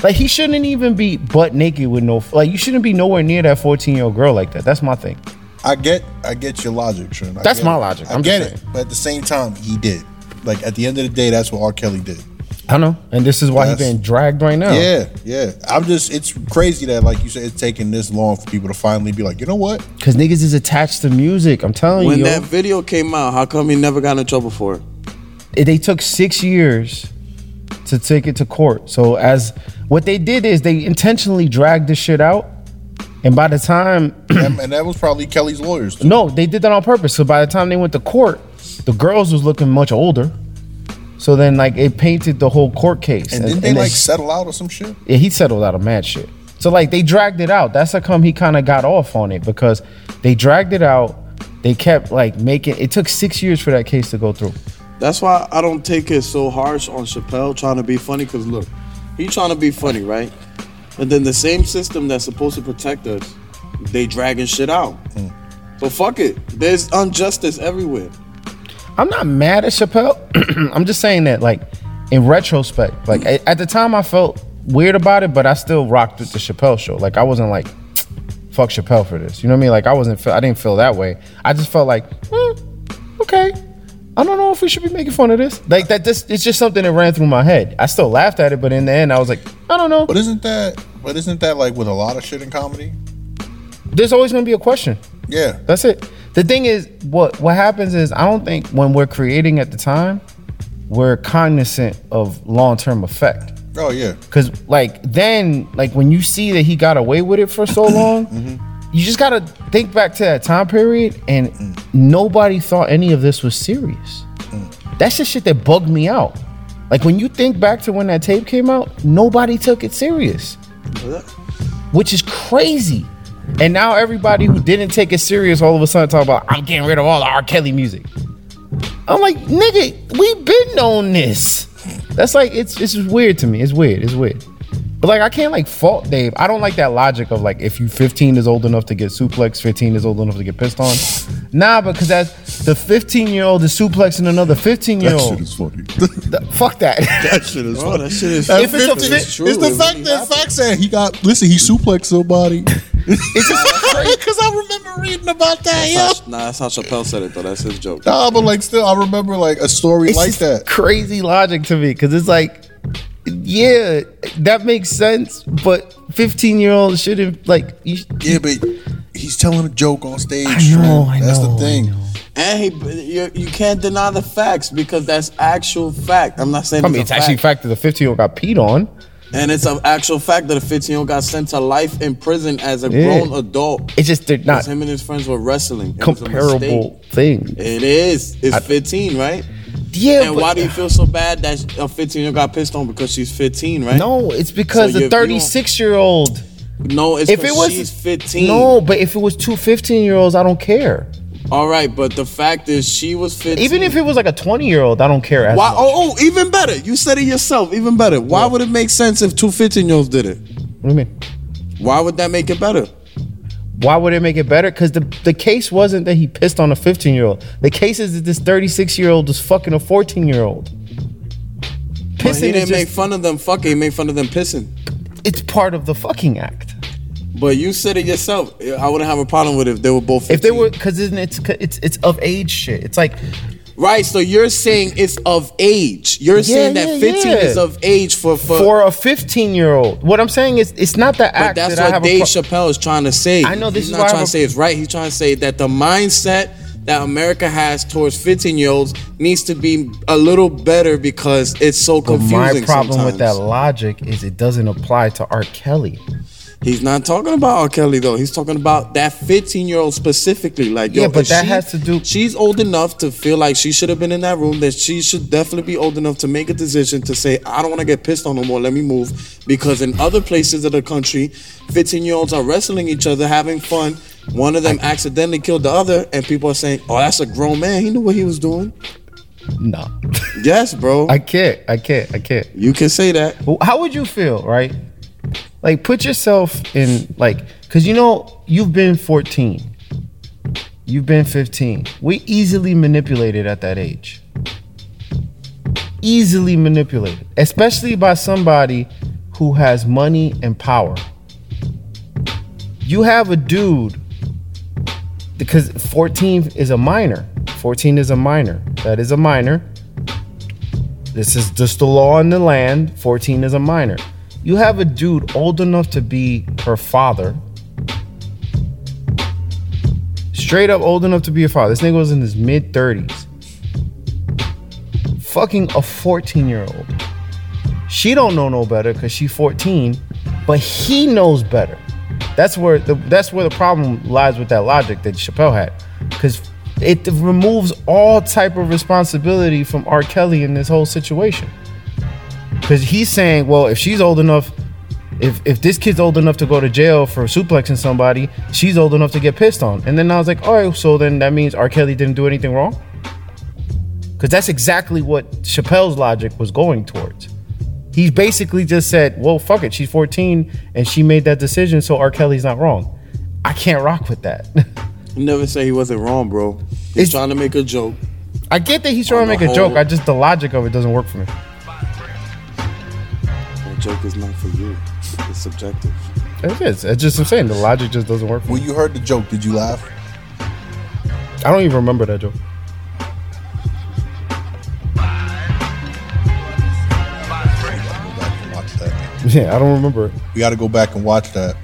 Like he shouldn't even be butt naked with no like you shouldn't be nowhere near that 14 year old girl like that. That's my thing.
I get, I get your logic, Trin. I
That's
get
my
it.
logic.
I
I'm
get
just
it, but at the same time, he did. Like at the end of the day, that's what R. Kelly did.
I know. And this is why he's
That's-
being dragged right now.
Yeah, yeah. I'm just, it's crazy that, like you said, it's taken this long for people to finally be like, you know what?
Cause niggas is attached to music. I'm telling
When
you.
that video came out, how come he never got in trouble for it?
it- they took six years to take it to court. So as what they did is they intentionally dragged this shit out, and by the time
and, and that was probably Kelly's lawyers. too.
no, they did that on purpose. So by the time they went to court, the girls was looking much older. So then like it painted the whole court case.
And didn't they
then-
like settle out or some shit?
yeah, he settled out of mad shit. So like they dragged it out. That's how come he kind of got off on it because they dragged it out. They kept like making it took six years for that case to go through.
That's why I don't take it so harsh on Chappelle trying to be funny. Cause look, he trying to be funny, right? And then the same system that's supposed to protect us, they dragging shit out.
Mm.
So fuck it. There's injustice everywhere.
I'm not mad at Chappelle. I'm just saying that, like, in retrospect, like a- at the time, I felt weird about it, but I still rocked with the Chappelle show. Like, I wasn't like, fuck Chappelle for this. You know what I mean? Like, I wasn't. Feel, I didn't feel that way. I just felt like, "Hmm, okay. I don't know if we should be making fun of this. Like that. This it's just something that ran through my head. I still laughed at it, but in the end, I was like, I don't know.
But isn't that, but isn't that like with a lot of shit in comedy?
There's always gonna be a question.
Yeah.
That's it. The thing is, what what happens is I don't think when we're creating at the time, we're cognizant of long term effect.
Oh, yeah.
Cause like then, like when you see that he got away with it for so long, you just gotta think back to that time period, and nobody thought any of this was serious. That's the shit that bugged me out. Like when you think back to when that tape came out, nobody took it serious, which is crazy. And now everybody who didn't take it serious all of a sudden talk about I'm getting rid of all the R. Kelly music. I'm like, nigga, we been on this. That's like it's it's just weird to me. It's weird. It's weird. But like I can't like fault Dave. I don't like that logic of like if you 15 is old enough to get suplex, 15 is old enough to get pissed on. Nah, because that's the 15 year old is suplexing another 15 year old.
funny.
Fuck that.
that shit is
Bro, that shit is.
If it's a
It's,
fit-
true.
it's the
It
fact
really
that
happened.
Fact said he got, listen, he suplexed somebody. Because I remember reading about that, yeah.
That's how- nah, that's how Chappelle said it though. That's his joke.
Nah, but like still, I remember like a story
It's
like
just
that.
Crazy logic to me because it's like, yeah, that makes sense. But 15 year old shouldn't like. You,
Yeah, but he's telling a joke on stage.
I know,
Trent.
I
That's
know, I
the thing.
know.
And he, you, you can't deny the facts because that's actual fact. I'm not saying.
I mean, it's actually fact that the 15 year old got peed on.
And it's an actual fact that a 15 year old got sent to life in prison as a
Yeah.
grown adult.
It's just they're
Because
not
him and his friends were wrestling. It was a mistake.
comparable things.
It is. It's 15, right?
Yeah,
And
but-
why do you feel so bad that a 15 year old got pissed on because she's 15, right?
No, it's because
So
the
if you don't-
36 year old.
no. It's
If it was
she's 15.
no, but if it was two 15 year olds, I don't care.
All right, but the fact is, she was 15.
Even if it was like a 20 year old, I don't care. As
Why?
much.
Oh, oh, even better. You said it yourself. Even better. Why would it make sense if two 15 year olds did it?
What do you mean?
Why would that make it better?
Why would it make it better? Because the, the case wasn't that he pissed on a 15 year old. The case is that this 36 year old was fucking a 14 year old.
But he
Pissing
didn't
is
make
just,
fun of them fucking. He made fun of them pissing.
it's part of the fucking act.
But you said it yourself. I wouldn't have a problem with it if they were both. 15.
If they were, because it's it's it's of age shit. It's like
right, so you're saying it's of age. You're saying that
yeah,
15
yeah.
is of age for for.
for a 15 year old. What I'm saying is, it's not the
but
act
that's
that I
what
have
Dave
a pro-
Chappelle is trying to say.
I know this is
He's not
why I
trying
have
to
a-
say it's right. He's trying to say that the mindset that America has towards 15 year olds needs to be a little better because it's so
But
confusing.
my problem with that
sometimes.
logic is it doesn't apply to R. Kelly.
He's not talking about R. Kelly though. He's talking about that 15 year old specifically. Like, yo,
Yeah, but
if
that
she-
has to do-
She's old enough to feel like she should have been in that room. That she should definitely be old enough to make a decision to say, I don't want to get pissed on no more. Let me move. Because in other places of the country, 15 year olds are wrestling each other, having fun. One of them accidentally killed the other, and people are saying, "Oh, that's a grown man. He knew what he was doing."
No,
Yes, bro.
I can't. I can't. I can't.
you can say that.
Well, How would you feel, right? Like, put yourself in, like, because you know, you've been 14, you've been 15. We easily manipulated at that age. Easily manipulated, especially by somebody who has money and power. You have a dude, because 14 is a minor. 14 is a minor. That is a minor. This is just the law in the land. 14 is a minor. You have a dude old enough to be her father. Straight up old enough to be a father. This nigga was in his mid 30s. Fucking a 14 year old. She don't know no better because she 14, but he knows better. That's where the that's where the problem lies with that logic that Chappelle had, because it removes all type of responsibility from R. Kelly in this whole situation. Because he's saying, well, if she's old enough, if if this kid's old enough to go to jail for suplexing somebody, she's old enough to get pissed on. And then I was like, all right, so then that means R. Kelly didn't do anything wrong. Because that's exactly what Chappelle's logic was going towards. He basically just said, well, fuck it. She's 14 and she made that decision, so R. Kelly's not wrong. I can't rock with that.
You never say he wasn't wrong, bro. He's
It's-
trying to make a joke.
I get that he's trying
On
to
the
make a joke.
whole-
I just, the logic of it doesn't work for me.
That joke is not for you. It's subjective.
It is. It's just, I'm saying, the logic just doesn't work for me.
When you heard the joke, did you laugh?
I don't even remember that joke.
Go back and watch that.
Yeah, I don't remember it.
We got to go back and watch that.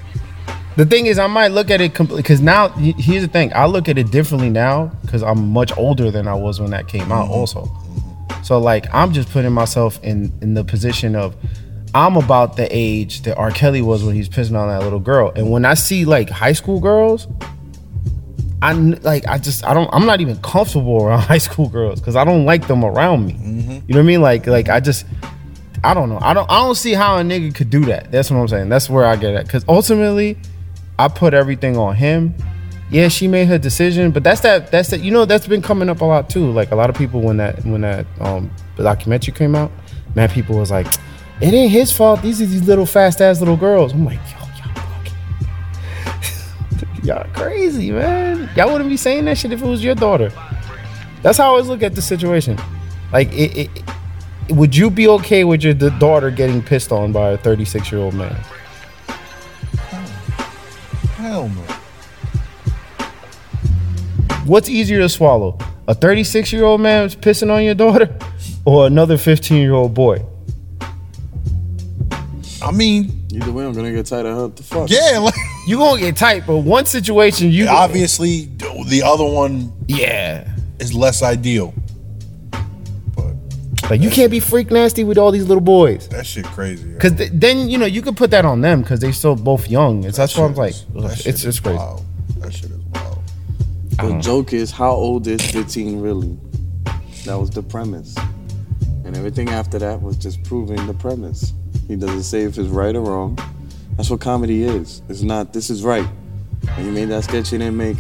The thing is, I might look at it completely because now, he- here's the thing I look at it differently now because I'm much older than I was when that came out, also. So, like, I'm just putting myself in, in the position of I'm about the age that R. Kelly was when he's pissing on that little girl. And when I see like high school girls, I kn- like I just I don't I'm not even comfortable around high school girls because I don't like them around me. You know what I mean? Like like I just I don't know. I don't I don't see how a nigga could do that. That's what I'm saying. That's where I get at. Cause ultimately, I put everything on him. Yeah, she made her decision, but that's that that's that you know that's been coming up a lot too. Like a lot of people when that when that um documentary came out, mad people was like, it ain't his fault. These are these little fast ass little girls. I'm like, yo, y'all fucking y'all crazy, man. Y'all wouldn't be saying that shit if it was your daughter. That's how I always look at the situation. Like, it, it, it- would you be okay with your d- daughter getting pissed on by a 36 year old man?
Hell no.
What's easier to swallow? A 36 year old man who's pissing on your daughter or another 15 year old boy?
I mean,
Either way, I'm gonna get tired of her. What the fuck?
yeah, like,
you going to get tight, but one situation you.
obviously the other one
Yeah.
is less ideal. But
Like, you can't be freak nasty with all these little boys.
that shit crazy. yo.
Because then, you know, you could put that on them because they still both young. It's, that's
That
what I'm
shit
like.
is-
ugh,
that shit
It's,
is
it's crazy.
wild. That shit is wild.
The joke is how old is 15 really? That was the premise. And everything after that was just proving the premise. He doesn't say if it's right or wrong. That's what comedy is. It's not this is right. When you made that sketch, he didn't make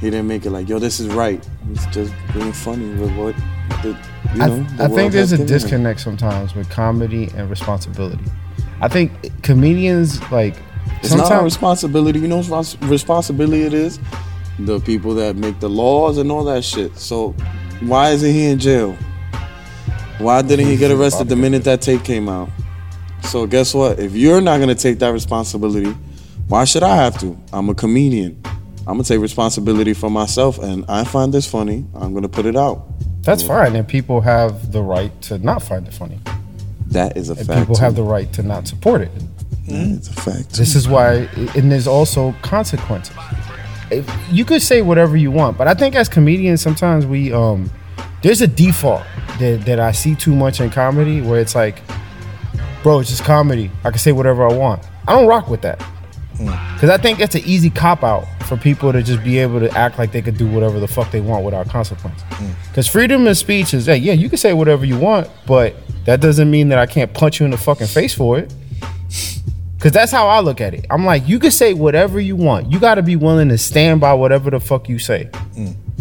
He didn't make it like, yo, this is right. He's just being funny with what the, you
I,
know. the
I
world
think there's
has
a
given him.
disconnect sometimes with comedy and responsibility. I think comedians like
It's not our
sometimes
responsibility. You know whose respons- responsibility it is? The people that make the laws and all that shit. So why isn't he in jail? Why didn't he get arrested the minute that tape came out? So guess what? If you're not gonna take that responsibility, why should I have to? I'm a comedian. I'm gonna take responsibility for myself and I find this funny. I'm gonna put it out.
that's fine, and people have the right to not find it funny,
That is a
and
fact.
people have
too.
the right to not support it.
it's a fact.
This is why, and there's also consequences. If- You could say whatever you want, but I think as comedians, sometimes we um, there's a default that that I see too much in comedy where it's like, bro, it's just comedy. I can say whatever I want. I don't rock with that because I think that's an easy cop out for people to just be able to act like they could do whatever the fuck they want without consequence. Because freedom of speech is that yeah, you can say whatever you want, but that doesn't mean that I can't punch you in the fucking face for it. Cause that's how I look at it. I'm like, you can say whatever you want. You gotta be willing to stand by whatever the fuck you say.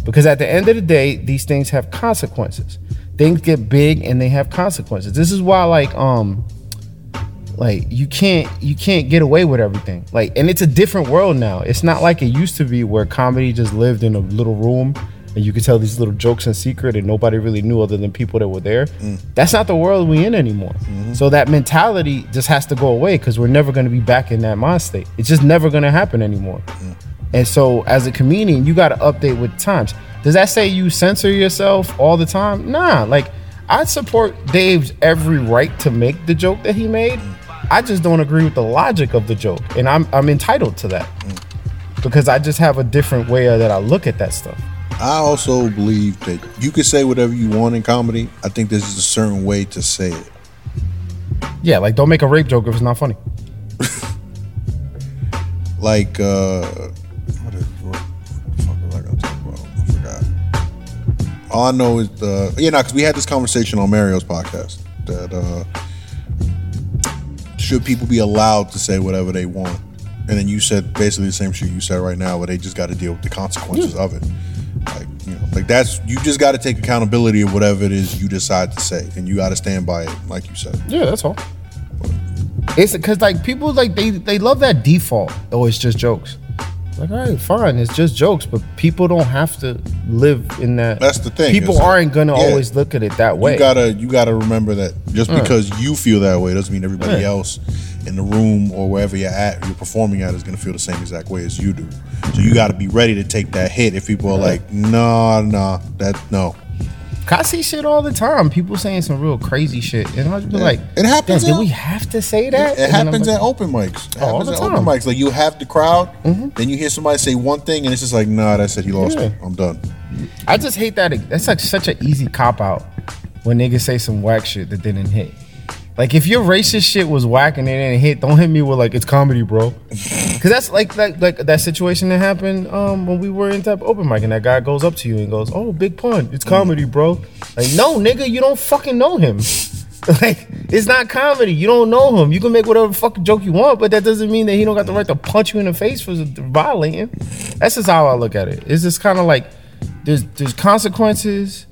Because at the end of the day, these things have consequences. Things get big and they have consequences. This is why, like, um, like you can't you can't get away with everything. Like, and it's a different world now. It's not like it used to be where comedy just lived in a little room and you could tell these little jokes in secret and nobody really knew other than people that were there. That's not the world we in anymore. So that mentality just has to go away because we're never gonna be back in that mind state. It's just never gonna happen anymore. And so, as a comedian, you got to update with times. Does that say you censor yourself all the time? Nah, like I support Dave's every right to make the joke that he made. I just don't agree with the logic of the joke, and I'm I'm entitled to that because I just have a different way that I look at that stuff.
I also believe that you can say whatever you want in comedy. I think there's just a certain way to say it.
Yeah, like don't make a rape joke if it's not funny.
Like, uh, what, is, what, what the fuck was I gonna talk about? I forgot. All I know is the yeah, no, because we had this conversation on Mario's podcast that uh, should people be allowed to say whatever they want, and then you said basically the same shit you said right now, where they just got to deal with the consequences of it. Like, you know, like that's you just got to take accountability of whatever it is you decide to say, and you got to stand by it, like you said.
Yeah, that's all. It's because like people like they they love that default. Oh, it's just jokes. Like, all right, fine, it's just jokes, but people don't have to live in that.
That's the thing,
People
is that-
aren't gonna
yeah.
always look at it that way. Mm.
You gotta you gotta remember that just because you feel that way doesn't mean everybody else in the room or wherever you're at you're performing at is gonna feel the same exact way as you do. So you gotta be ready to take that hit if people are like, nah, nah, that no.
I see shit all the time. People saying some real crazy shit, and I'll just be like,
It happens
"Damn,
at-
Do we have to say that? And
It
then I'm
happens
like,
at open mics. It
all
happens
the
at open
time. Mm-hmm.
mics. Like you have the crowd, then you hear somebody say one thing and it's just like, nah, that's it, he lost
Yeah.
me. I'm done.
I just hate that. That's like such an easy cop out when niggas say some whack shit that didn't hit. Like if your racist shit was whack and it didn't hit, don't hit me with like it's comedy, bro. Cause that's like like like that situation that happened um when we were in that open mic and that guy goes up to you and goes, Oh, big pun, it's comedy, bro. Like, no, nigga, you don't fucking know him. Like, it's not comedy. You don't know him. You can make whatever fucking joke you want, but that doesn't mean that he don't got the right to punch you in the face for violating. That's just how I look at it. It's just kind of like there's there's consequences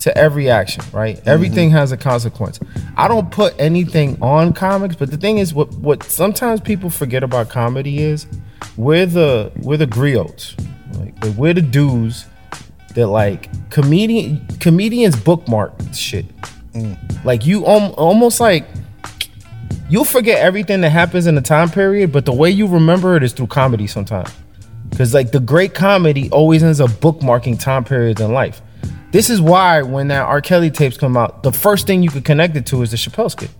to every action, right? Everything has a consequence. I don't put anything on comics, but the thing is what what sometimes people forget about comedy is we're the we're the griots. Like we're the dudes that like comedian comedians bookmark shit. Like you om- almost like you'll forget everything that happens in a time period, but the way you remember it is through comedy sometimes. Cause like the great comedy always ends up bookmarking time periods in life. This is why when that R. Kelly tapes come out, the first thing you could connect it to is the Chappelle skit.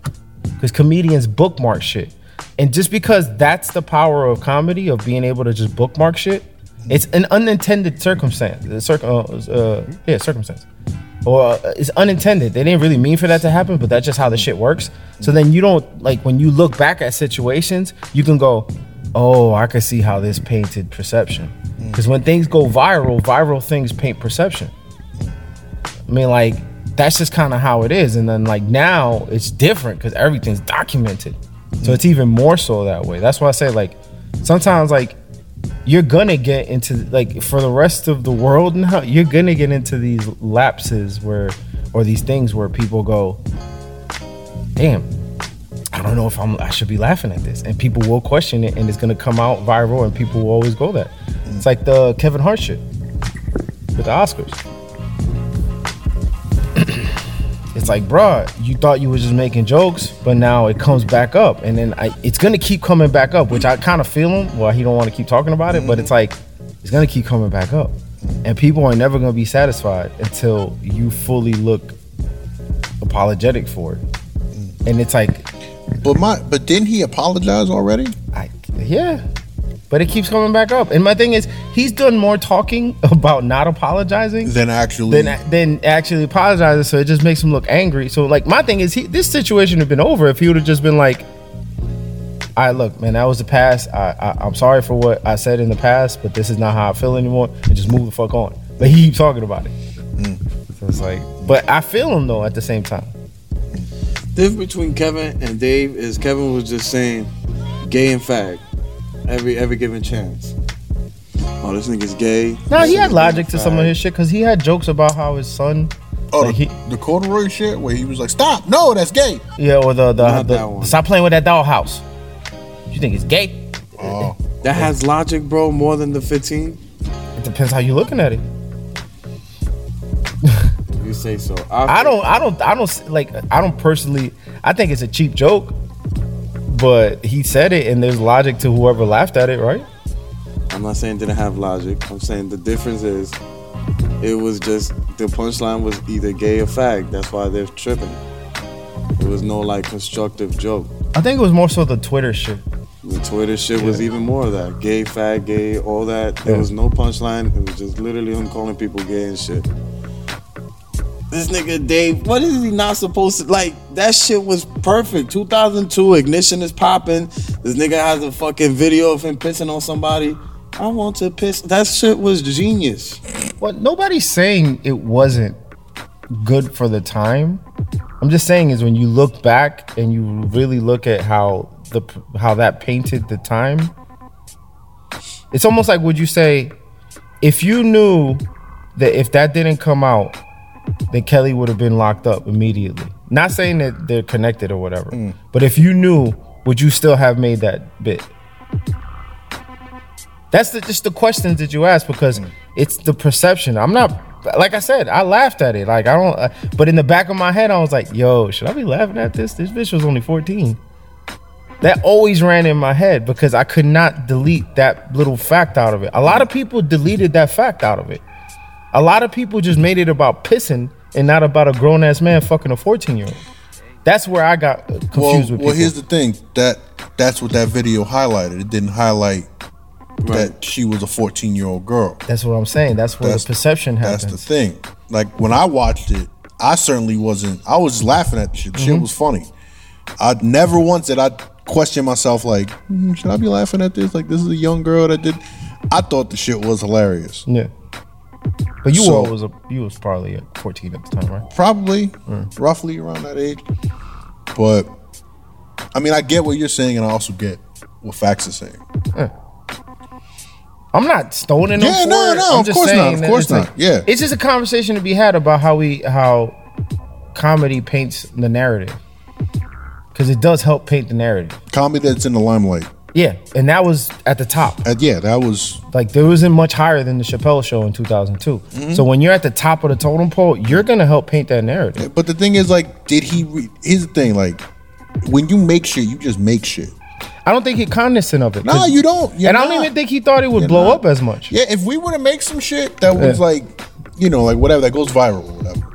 Cause comedians bookmark shit. And just because that's the power of comedy of being able to just bookmark shit, it's an unintended circumstance. uh, Circ- uh, uh, yeah, circumstance or uh, it's unintended. They didn't really mean for that to happen, but that's just how the shit works. So then you don't like when you look back at situations, you can go, "Oh, I can see how this painted perception." Because when things go viral, viral things paint perception. I mean, like that's just kind of how it is. And then like now it's different because everything's documented, so it's even more so that way. That's why I say like sometimes like you're gonna get into like for the rest of the world now. You're gonna get into these lapses where, or these things where people go, "Damn, I don't know if I'm I should be laughing at this," and people will question it, and it's gonna come out viral, and people will always go that. It's like the Kevin Hart shit with the Oscars. It's like, bruh, you thought you were just making jokes, but now it comes back up, and then I, it's gonna keep coming back up, which I kind of feel him. Well, he don't want to keep talking about it, but it's like it's gonna keep coming back up, and people are never gonna be satisfied until you fully look apologetic for it. And it's like,
But my but didn't he apologize already?
I, yeah, but it keeps coming back up. And my thing is, he's done more talking about not apologizing
Then actually
than than actually apologizes. So it just makes him look angry. So like my thing is, he, this situation would have been over if he would have just been like, "I look, man, that was the past. I, I I'm sorry for what I said in the past, but this is not how I feel anymore," and just move the fuck on. But he keeps talking about it. So it's like, but I feel him though at the same time.
difference between Kevin and Dave is Kevin was just saying gay and fag every every given chance. Oh, this nigga's gay.
No,
This
he had
nigga's
logic to
fag.
some of his shit because he had jokes about how his son.
oh,
like
the,
he-
the corduroy shit where he was like, Stop, no, that's gay.
Yeah, or the the,
Not
the-
that one.
stop playing with that dollhouse. You think it's gay?
Oh,
That has logic, bro, more than the 15.
It depends how you looking at it.
If you say so.
I don't, I don't, I don't s- like. I don't personally. I think it's a cheap joke, but he said it, and there's logic to whoever laughed at it, right?
I'm not saying it didn't have logic. I'm saying the difference is it was just the punchline was either gay or fag. That's why they're tripping. There was no like constructive joke.
I think it was more so the Twitter shit.
The Twitter shit was even more of that. Gay, fag, gay, all that. There
Yeah.
was no punchline. It was just literally him calling people gay and shit. This nigga Dave, what is he not supposed to like? That shit was perfect. 2002, ignition is popping. This nigga has a fucking video of him pissing on somebody. I want to piss. That shit was genius.
But nobody's saying it wasn't good for the time. I'm just saying is when you look back and you really look at how the p- how that painted the time. It's almost like would you say if you knew that if that didn't come out, then Kelly would have been locked up immediately. Not saying that they're connected or whatever, but if you knew, would you still have made that bit? That's the, just the questions that you ask because it's the perception. I'm not like I said, I laughed at it. Like I don't, uh, but in the back of my head, I was like, "Yo, should I be laughing at this? This bitch was only 14." That always ran in my head because I could not delete that little fact out of it. A lot of people deleted that fact out of it. A lot of people just made it about pissing and not about a grown ass man fucking a 14 year old. That's where I got uh, confused
well,
with people.
well here's the thing. That that's what that video highlighted. It didn't highlight that she was a fourteen year old girl.
that's what I'm saying. That's where
That's-
the perception happens.
That's the thing. Like when I watched it, I certainly wasn't. I was laughing at the shit. The
Mm-hmm.
Shit was funny. I never once did I question myself like, "Hmm, should I be laughing at this? Like this is a young girl that did. I thought the shit was hilarious.
Yeah. But you
So-
were was a, you was probably a 14 at the time, right?
Probably,
Mm.
roughly around that age. But I mean, I get what you're saying, and I also get what facts are saying.
I'm not stoning them
Yeah,
for
no,
it.
no,
I'm
of
just
course not,
saying
of
that
course
it's like-
not, yeah.
It's just a conversation to be had about how we how comedy paints the narrative. Cuz it does help paint the narrative.
Comedy that's in the limelight.
Yeah, and that was at the top.
Uh, yeah, that was
Like there wasn't much higher than the Chappelle show in 2002.
Mm-hmm.
So when you're at the top of the totem pole, you're going to help paint that narrative.
But the thing is, like, did he? Re- Here's the thing, like, when you make shit, you just make shit.
I don't think he cognizant of it.
Nah,
'cause-
you don't. You're
and I don't
not.
even think he thought it would
You're
blow
not.
up as much.
Yeah, if we were to make some shit that was
Yeah.
like, you know, like whatever that goes viral or whatever,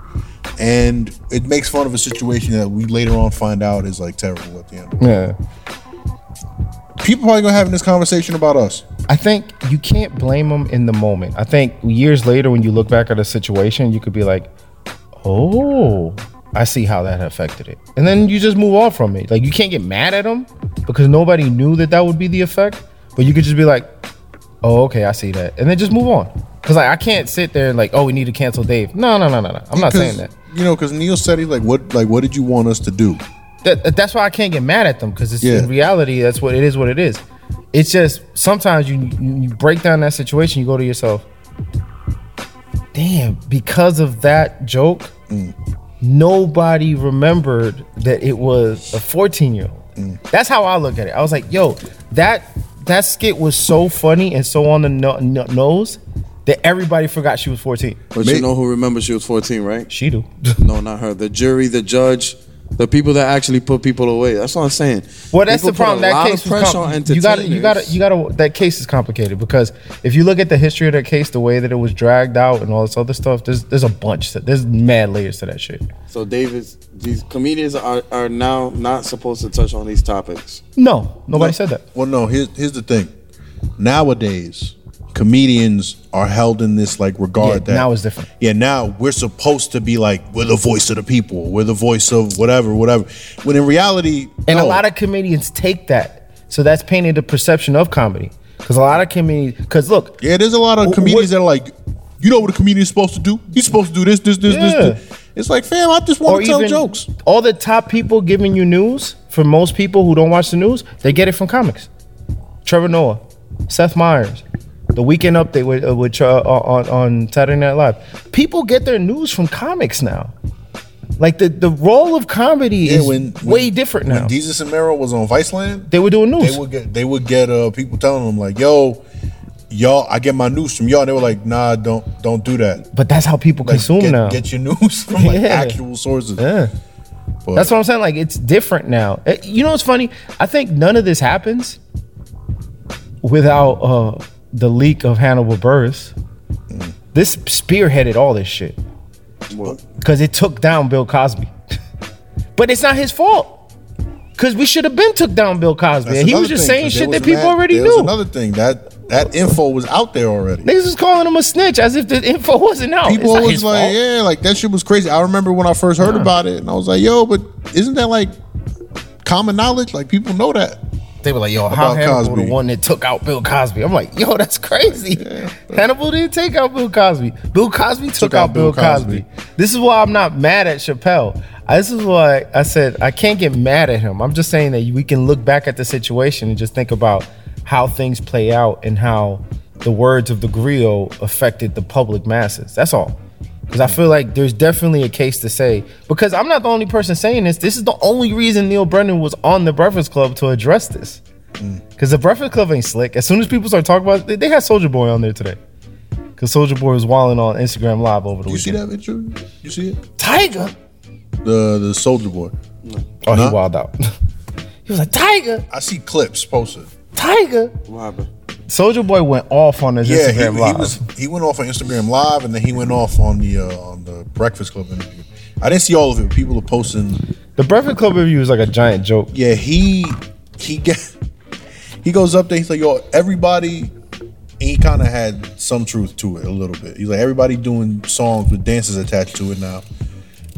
and it makes fun of a situation that we later on find out is like terrible at the end.
yeah.
People probably gonna having this conversation about us.
I think you can't blame them in the moment. I think years later, when you look back at a situation, you could be like, "Oh, I see how that affected it," and then you just move on from it. Like you can't get mad at them because nobody knew that that would be the effect. But you could just be like, "Oh, okay, I see that," and then just move on. Because like I can't sit there and like, "Oh, we need to cancel Dave." No, no, no, no, no. I'm not
'Cause,
saying that.
You know, because Neil said he like, what, like, what did you want us to do?
that, that's why I can't get mad at them because it's
Yeah.
in reality that's what it is what it is. It's just sometimes you you you break down that situation, you go to yourself, damn, because of that joke, nobody remembered that it was a 14 year old. That's how I look at it. I was like, yo, that that skit was so funny and so on the no- no- nose that everybody forgot she was 14.
But
May-
you know who remembers she was 14, right?
She do.
No, not her. The jury, the judge, the people that actually put people away. That's what I'm saying.
Well, that's
People
the problem.
put a
That
lot
case
of
was
pressure
com-
on
you got to you got to
entertainers.
you got to that case is complicated because if you look at the history of that case, the way that it was dragged out and all this other stuff, there's there's a bunch. that- There's mad layers to that shit.
So, Davis, these comedians are, are now not supposed to touch on these topics.
No, nobody said that.
Well, no. Here's here's the thing. Nowadays, comedians are held in this like regard
Yeah,
that
now is different.
Yeah, now we're supposed to be like we're the voice of the people, we're the voice of whatever, whatever. When in reality,
And a
no.
lot of comedians take that, so that's painted the perception of comedy. Because a lot of comedians, because look,
yeah, there's a lot of
Wh-
comedians
what-
that are like, you know what a comedian's supposed to do? He's supposed to do this, this, this,
Yeah.
this, this. It's like, fam, I just
or
want to tell
even
jokes.
all the top people giving you news. For most people who don't watch the news, they get it from comics. Trevor Noah, Seth Meyers, The Weekend Update with, uh, with uh, on on Saturday Night Live. People get their news from comics now. Like the, the role of comedy
Yeah,
is way different now.
When Jesus and Mero was on Viceland,
they were doing news.
they would get they would get uh people telling them like, yo, y'all, I get my news from y'all. And they were like, nah, don't don't do that.
but that's how people
Like,
consume
get,
now.
get your news from like
Yeah.
actual sources.
yeah.
But
That's what I'm saying. Like it's different now. Eh, You know what's funny? I think none of this happens without uh, the leak of Hannibal Burris. This spearheaded all this shit
What?
because it took down Bill Cosby. but it's not his fault because we should have been took down Bill Cosby.
that's
and he was
another
just
thing,
saying
'cause
shit
there
that
was
people already
there
knew.
Was another thing that that info was out there already.
Niggas was calling him a snitch as if the info wasn't out. It's
People
not
was
his
like,
fault.
yeah, like that shit was crazy. I remember when I first heard about it, and I was like, yo, but isn't that like common knowledge? Like people know that.
They were like, yo, how
About
Hannibal
Cosby.
the one that took out Bill Cosby? I'm like, yo, that's crazy. Hannibal didn't take out Bill Cosby. Bill Cosby took, out, Bill Cosby. This is why I'm not mad at Chappelle. I- This is why I said I can't get mad at him. I'm just saying that we can look back at the situation and just think about how things play out and how the words of the griot affected the public masses. That's all. Because I feel like there's definitely a case to say, because I'm not the only person saying this. This is the only reason Neil Brennan was on the Breakfast Club to address this. Because the Breakfast Club ain't slick. As soon as people start talking about it, they, they had Soldier Boy on there today. Because Soldier Boy was wilding on Instagram Live over the
You see
weekend.
that picture? You see it?
Tiger?
The the soldier boy.
Oh,
Nah.
he wild out. he was like, Tiger,
I see clips posted.
Tiger.
What happened?
Soldier Boy went off on his
Yeah,
Instagram
he,
Live.
he was he went off on Instagram Live, and then he went off on the uh, on the Breakfast Club interview. I didn't see all of it. People are posting.
the Breakfast Club review was like a giant joke.
Yeah, he he get he goes up there. He's like, yo, everybody. And he kind of had some truth to it a little bit. He's like, everybody doing songs with dances attached to it now,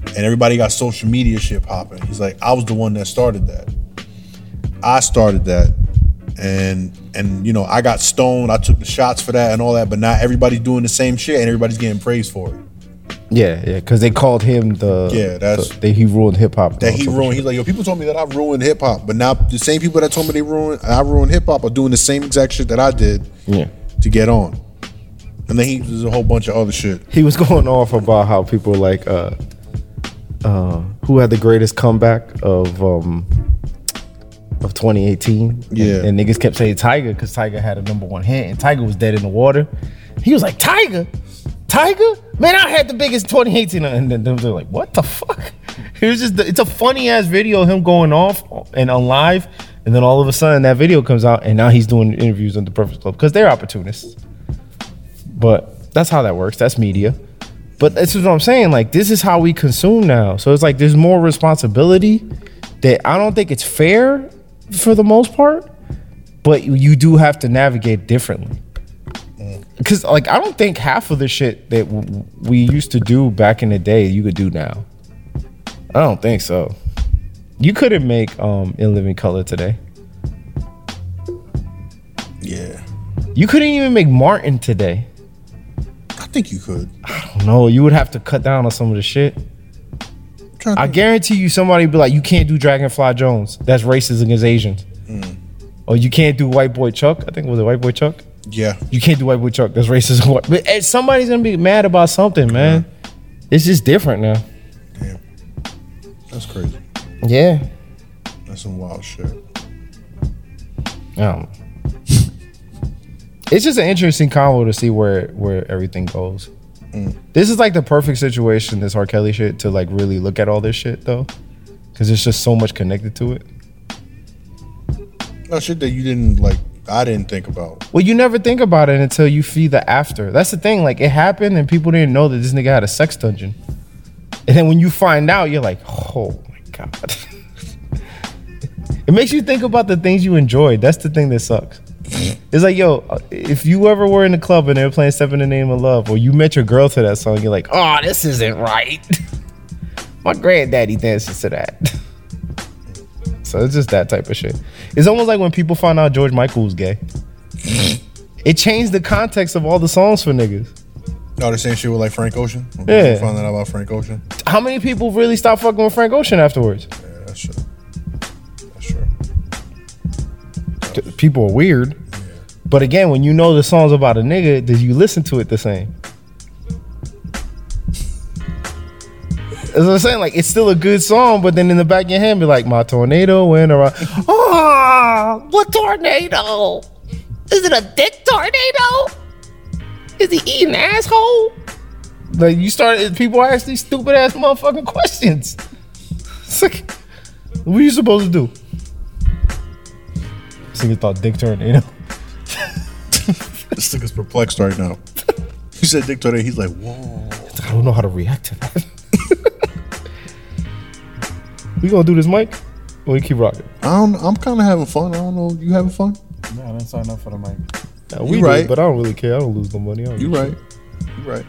and everybody got social media shit popping. He's like, I was the one that started that. I started that. And and you know, I got stoned, I took the shots for that and all that, but now everybody's doing the same shit and everybody's getting praised for it.
Yeah, yeah, because they called him the.
Yeah, that's-
the- that he ruined hip hop.
That he ruined. He's like, yo, people told me that I ruined hip hop, but now the same people that told me they ruined I ruined hip hop are doing the same exact shit that I did
Yeah.
to get on. And then he does a whole bunch of other shit.
He was going off about how people like uh uh who had the greatest comeback of um of 2018.
Yeah.
And, and niggas kept saying Tiger because Tiger had a number one hit and Tiger was dead in the water. He was like, Tiger? Tiger? Man, I had the biggest 2018. And then they're like, what the fuck? It was just, it's a funny ass video of him going off and on live. And then all of a sudden that video comes out and now he's doing interviews on the Breakfast Club because they're opportunists. But that's how that works. That's media. But this is what I'm saying. Like, this is how we consume now. So it's like there's more responsibility that I don't think it's fair for the most part, but you- you do have to navigate differently. Because, like, I don't think half of the shit that w- we used to do back in the day, you could do now. I don't think so. You couldn't make um, In Living Color today.
Yeah.
You couldn't even make Martin today. Oh,
I think you could.
No, you would have to cut down on some of the shit.
I'm trying to
I
think.
guarantee you somebody be like, you can't do Dragonfly Jones. That's racist against Asians. Oh, you can't do white boy Chuck. I think was it white boy Chuck.
Yeah.
You can't do white boy Chuck. That's racist. What? But eh, somebody's gonna be mad about something, man. It's just different now.
That's crazy.
Yeah.
That's some wild shit.
Um, it's just an interesting combo to see where where everything goes. This is like the perfect situation, this R. Kelly shit, to like really look at all this shit though, because it's just so much connected to it.
No shit that you didn't like. I didn't think about.
Well, you never think about it until you see the after. That's the thing. Like it happened, and people didn't know that this nigga had a sex dungeon. And then when you find out, you're like, oh my god. it makes you think about the things you enjoyed. That's the thing that sucks. It's like, yo, if you ever were in a club and they were playing "Step in the Name of Love," or you met your girl to that song, you're like, oh, this isn't right. my granddaddy dances to that. so it's just that type of shit. It's almost like when people find out George Michael was gay. It changed the context of all the songs for niggas.
No, the same shit with like Frank Ocean. When
Yeah.
people Found out about Frank Ocean.
How many people really stopped fucking with Frank Ocean afterwards?
Yeah, that's true. That's true.
People are weird. But again, when you know the song's about a nigga, did you listen to it the same? As I'm saying, like it's still a good song, but then in the back of your hand, be like, "My tornado went around." oh, what tornado? Is it a dick tornado? Is he eating asshole? Like you started, people ask these stupid ass motherfucking questions. It's like, what are you supposed to do? Nigga thought dick tornado.
This nigga's perplexed right now. he said Dick Tornado. He's like, whoa.
I don't know how to react to that. we gonna do this, Mike? Or we keep rocking?
I don't, I'm kind of having fun. I don't know. You having fun?
No, I didn't sign up for the mic.
Nah, we
You
do,
right.
but I don't really care. I don't lose no money. I, don't
You
give a
right. You right.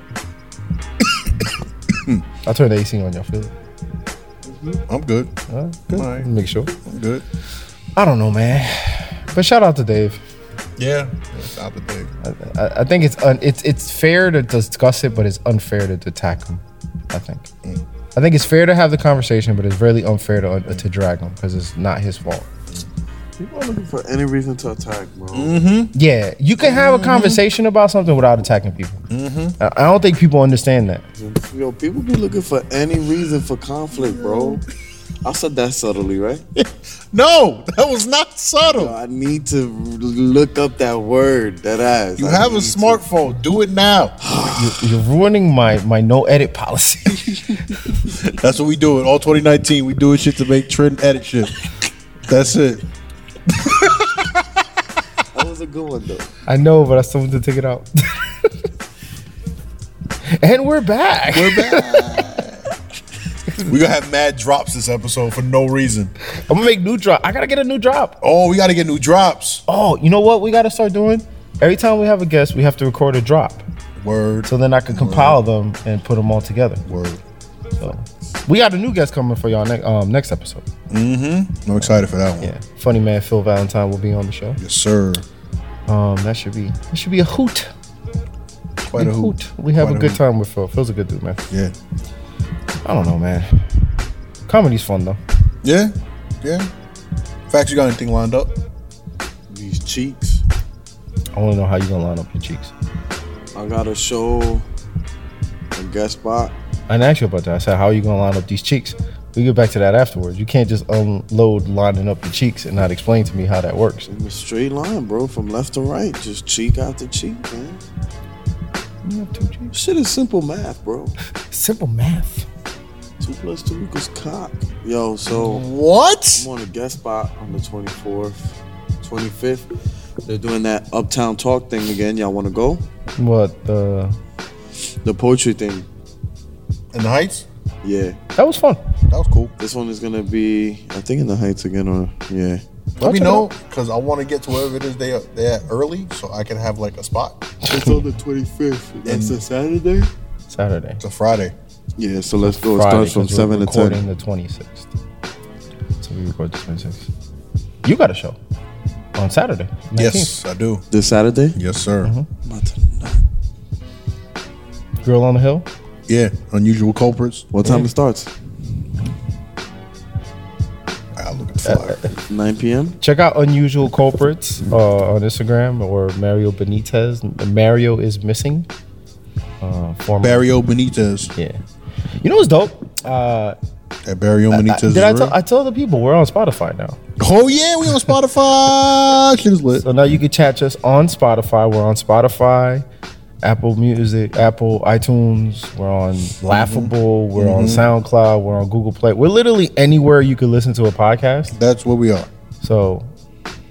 shit. I turn the AC on y'all. Feel it?
I'm good.
Huh? Good.
All right.
Make sure.
I'm good.
I don't know, man. But shout out to Dave.
Yeah. Stop the thing.
I, I think it's un, it's it's fair to discuss it, but it's unfair to attack him. I think. I think it's fair to have the conversation, but it's really unfair to to drag him because it's not his fault.
People are looking for any reason to attack, bro.
Yeah, you can have a conversation about something without attacking people. I, I don't think people understand that.
Mm-hmm. Yo, people be looking for any reason for conflict, bro. I said that subtly, right?
No, that was not
Yo,
subtle.
I need to look up that word, that ass.
You
I
have a
need to-
smartphone. Do it now.
You're ruining my my no edit policy.
That's what we do in all 2019. We doing shit to make trend edit shit. That's it.
That was a good one, though.
I know, but I still want to take it out. and we're back.
We're back. we gonna have mad drops this episode for no reason.
I'm gonna make new drop. I gotta get a new drop.
Oh, we gotta get new drops.
Oh, you know what? We gotta start doing. Every time we have a guest, we have to record a drop.
Word.
So then I can compile them and put them all together.
Word.
So we got a new guest coming for y'all next um, next episode.
I'm excited for that one.
Yeah, funny man Phil Valentine will be on the show.
Yes, sir.
Um, that should be that should be a hoot.
Quite a hoot.
We have
Quite
a good
hoot.
time with Phil. Phil's a good dude, man.
Yeah.
I don't know, man. Comedy's fun though.
Yeah. Yeah. In fact, you got anything lined up?
These cheeks.
I want to know how you gonna line up your cheeks.
I got a show, a guest spot.
I didn't ask you about that. I said, how are you gonna line up these cheeks? We get back to that afterwards. You can't just unload lining up the cheeks and not explain to me how that works.
in a straight line, bro, from left to right. Just cheek after cheek, man.
You have two cheeks.
Shit is simple math, bro.
Simple math.
Two plus two equals cock. Yo, so
What?
I'm on a guest spot on the 24th, 25th. They're doing that Uptown Talk thing again. Y'all want to go?
What? Uh,
The poetry thing.
In the Heights?
Yeah.
that was fun.
That was cool.
This one is going to be, I think, in the Heights again, or, yeah.
Let me
check it
know because I want to get to wherever it is they they at early so I can have like a spot.
It's on the 25th. That's a Saturday?
Saturday.
It's a Friday.
Yeah, so let's go.
Friday,
it starts from
'cause
7
we're
to 10.
recording the 26th. So we record the 26th. You got a show on Saturday. 19th.
Yes, I do.
This Saturday?
Yes, sir.
Mm-hmm.
I'm about to-
Girl on the Hill.
Yeah, unusual culprits.
What time it starts?
Uh,
I look at the flyer.
9 p.m.
Check out Unusual Culprits uh, on Instagram or Mario Benitez. Mario is missing. Uh, former,
Barrio Benitez.
Yeah. You know what's dope? Uh,
That Barrio Benitez.
I,
is
did I
real.
tell, I tell the people we're on Spotify now.
oh yeah, we on Spotify. Shit is lit.
So now you can catch us on Spotify. We're on Spotify, Apple Music, Apple iTunes. We're on Laughable. We're on SoundCloud. We're on Google Play. We're literally anywhere you could listen to a podcast.
That's where we are.
So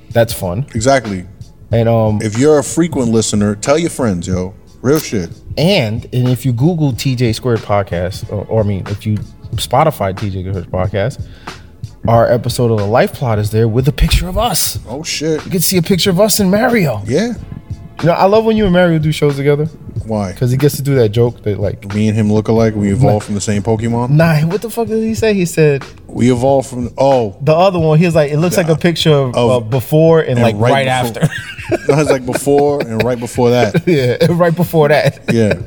that's fun.
Exactly.
And um
If you're a frequent listener, tell your friends, yo. Real shit.
and and if you Google TJ Squared podcast, or, or I mean, if you Spotify TJ Squared podcast, our episode of the Life Plot is there with a picture of us.
Oh shit.
You can see a picture of us and Mario.
Yeah.
You know, I love when you and Mario do shows together
Why?
because he gets to do that joke that like.
Me and him look alike. We evolved from the same Pokemon.
Nah, what the fuck did he say? He said
We evolved from oh,
the other one. He was like, it looks like a picture of
Of-
uh, before and, like right, after.
before- no, it's like before and right before that.
yeah, right before that.
Yeah.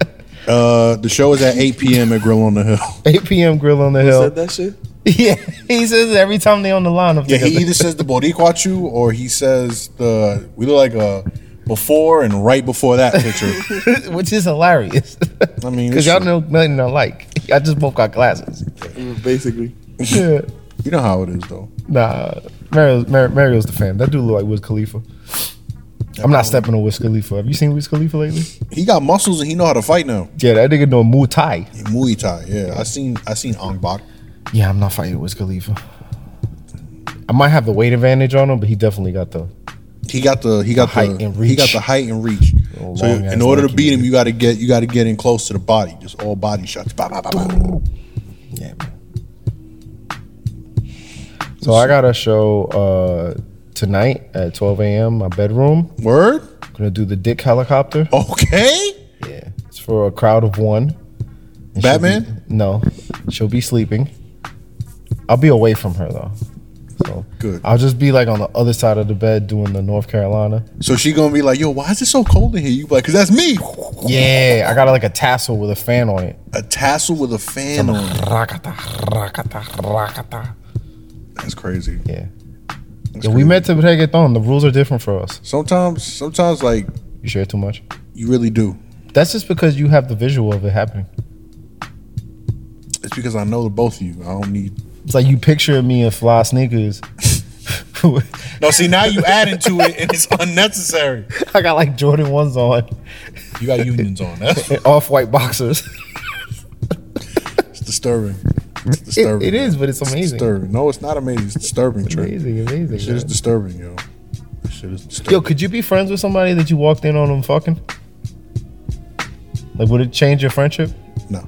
Uh, the show is at 8 p.m. at Grill on the Hill.
8 p.m. Grill on the Hill.
Said that shit?
Yeah, he says it every time they on the line. I'm
Yeah, he
thinking-
either says the Boricuachu or he says the we look like a before and right before that picture.
which is hilarious.
I mean,
because y'all
it's-
know nothing I like. I just both got glasses.
Basically.
yeah.
you know how it is though.
Nah, Mario, Mar- Mario's the fan. That dude look like Wiz Khalifa. I'm not stepping on Wiz Khalifa. Have you seen Wiz Khalifa lately?
He got muscles and he know how to fight now.
Yeah, that nigga doing Muay Thai.
Muay Thai. Yeah, I seen I seen Ong Bak.
Yeah, I'm not fighting Wiz Khalifa. I might have the weight advantage on him, but he definitely got the.
He got the he got the,
height and
he got
reach.
the height and reach.
Little
So
long-ass
in order to
lanky
beat him,
dude.
you got to get you got to get in close to the body, just all body shots. Bah, bah, bah, bah.
Yeah. man. So I got a show uh, tonight at 12 a.m. My bedroom.
Word.
gonna do the Dick Helicopter.
Okay.
Yeah, it's for a crowd of one. And she'll
Batman?
be- no, she'll be sleeping. I'll be away from her though. So
Good.
I'll just be like on the other side of the bed doing the North Carolina.
So she gonna be like, "Yo, why is it so cold in here?" You be like, "Cause that's me."
Yeah, I got like a tassel with a fan on it.
A tassel with a fan on. it.
Rakata, rakata, rakata.
That's crazy.
Yeah. Yeah, we meant to reggaeton. The rules are different for us.
Sometimes, sometimes like
You share too much.
you really do.
That's just because you have the visual of it happening.
It's because I know the both of you. I don't need.
It's like you picture me in fly sneakers.
No, see now you add into it and it's unnecessary.
I got like Jordan ones on,
You got unions on. That's
off white boxers.
it's disturbing. It's
It,
disturbing.
it
man.
is, but it's
It's
amazing.
disturbing. No, it's not amazing. It's disturbing. Trey.
Amazing, amazing.
Shit is
man.
disturbing, yo. This Shit is disturbing.
Yo, could you be friends with somebody that you walked in on them fucking? Like, would it change your friendship?
no.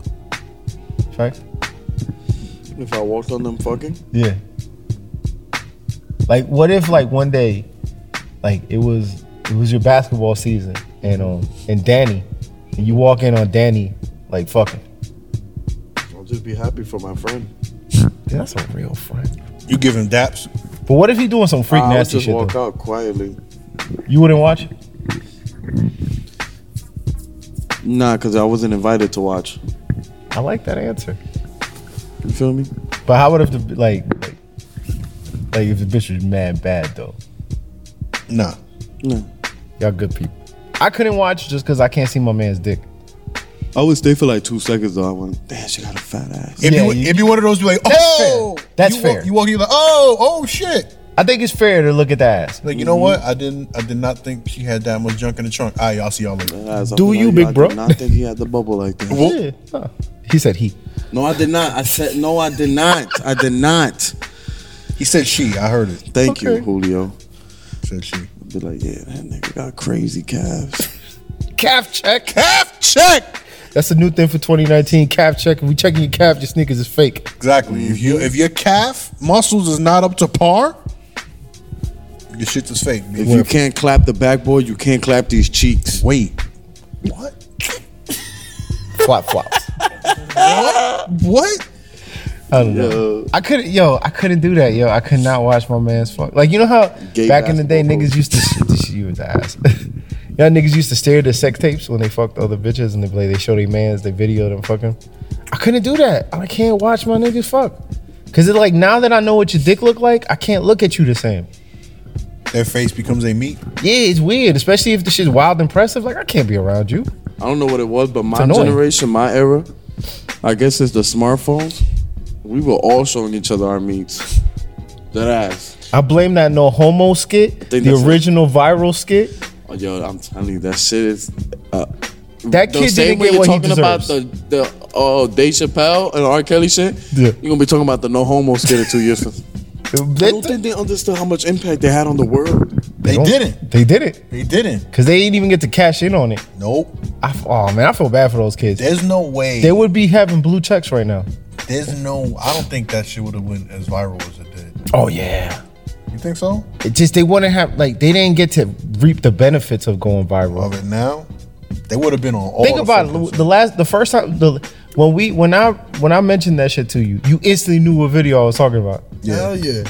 Fact.
If I walked on them fucking,
Yeah. Like, what if like one day, like it was it was your basketball season and um and Danny, and you walk in on Danny like fucking.
I'll just be happy for my friend.
Dude, that's a real friend.
You give him daps.
But what if he doing some freak
I'll
nasty
just
shit?
walk
though?
out quietly.
You wouldn't watch.
Nah, because I wasn't invited to watch.
I like that answer.
You feel me?
But how about if the like like, like if the bitch was mad bad though?
Nah.
Nah.
Y'all good people. I couldn't watch just because I can't see my man's dick.
I would stay for like two seconds though. I went, damn, she got a fat ass.
If
Yeah,
you
you-
if you one of those, be like,
That's
oh,
fair. That's
you
fair.
Walk, you walk, you like, oh, oh shit.
I think it's fair to look at the ass.
Like you know what? I didn't. I did not think she had that much junk in the trunk. All right, y'all see y'all later.
Guys, I
Do
feel
you,
like
big
I
bro?
Did not think he had the bubble like that.
Yeah. Huh. He said he.
No, I did not. I said no, I did not. I did not.
He said she. I heard it.
Thank you,
Okay.
Julio.
Said she.
I'd be like, yeah, that nigga got crazy calves.
Calf check.
Calf check.
That's a new thing for 2019. Calf check. If we checking your calf, your sneakers is fake.
Exactly. If
Mm-hmm.
you if your calf muscles is not up to par, your shit is fake.
If you can't clap the backboard, you can't clap these cheeks.
wait, what?
Flop flops.
What?
I don't know. I couldn't, yo. I couldn't do that, yo. I could not watch my man's fuck. Like you know how
Gay
back in the day,
basketball
niggas used to sh- you with the ass. Y'all niggas used to stare at the sex tapes when they fucked other bitches and they play. They show their mans, they video them fucking. I couldn't do that. I can't watch my niggas fuck. Cause it's like now that I know what your dick look like, I can't look at you the same.
Their face becomes a meat.
Yeah, it's weird, especially if the shit's wild impressive. Like I can't be around you.
I don't know what it was, but my
annoying.
generation, my era, I guess it's the smartphones. We were all showing each other our meats. That ass.
I blame that no homo skit,
think
the
that's it.
original viral skit.
Oh, yo, I'm telling you, that shit is. Uh,
That
the
kid didn't
same way
get
you're
what he
talking about
deserves.
the the oh Dave Chappelle and R. Kelly shit.
Yeah.
You're gonna be talking about the no homo skit in two years. from- I don't
They,
think they understood how much impact they had on the world.
They
don't-
didn't.
they did it
They didn't.
because they didn't even get to cash in on it.
Nope.
I f oh man, I feel bad for those kids.
There's no way.
They would be having blue checks right now.
There's no. I don't think that shit would have went as viral as it did.
Oh yeah.
You think so?
It just they wouldn't have like they didn't get to reap the benefits of going viral.
Of it now, they would have been on. All
Think
the
about it.
fucking-
Lou, The last, the first time, the when we, when I, when I mentioned that shit to you, you instantly knew what video I was talking about.
Yeah.
Hell yeah.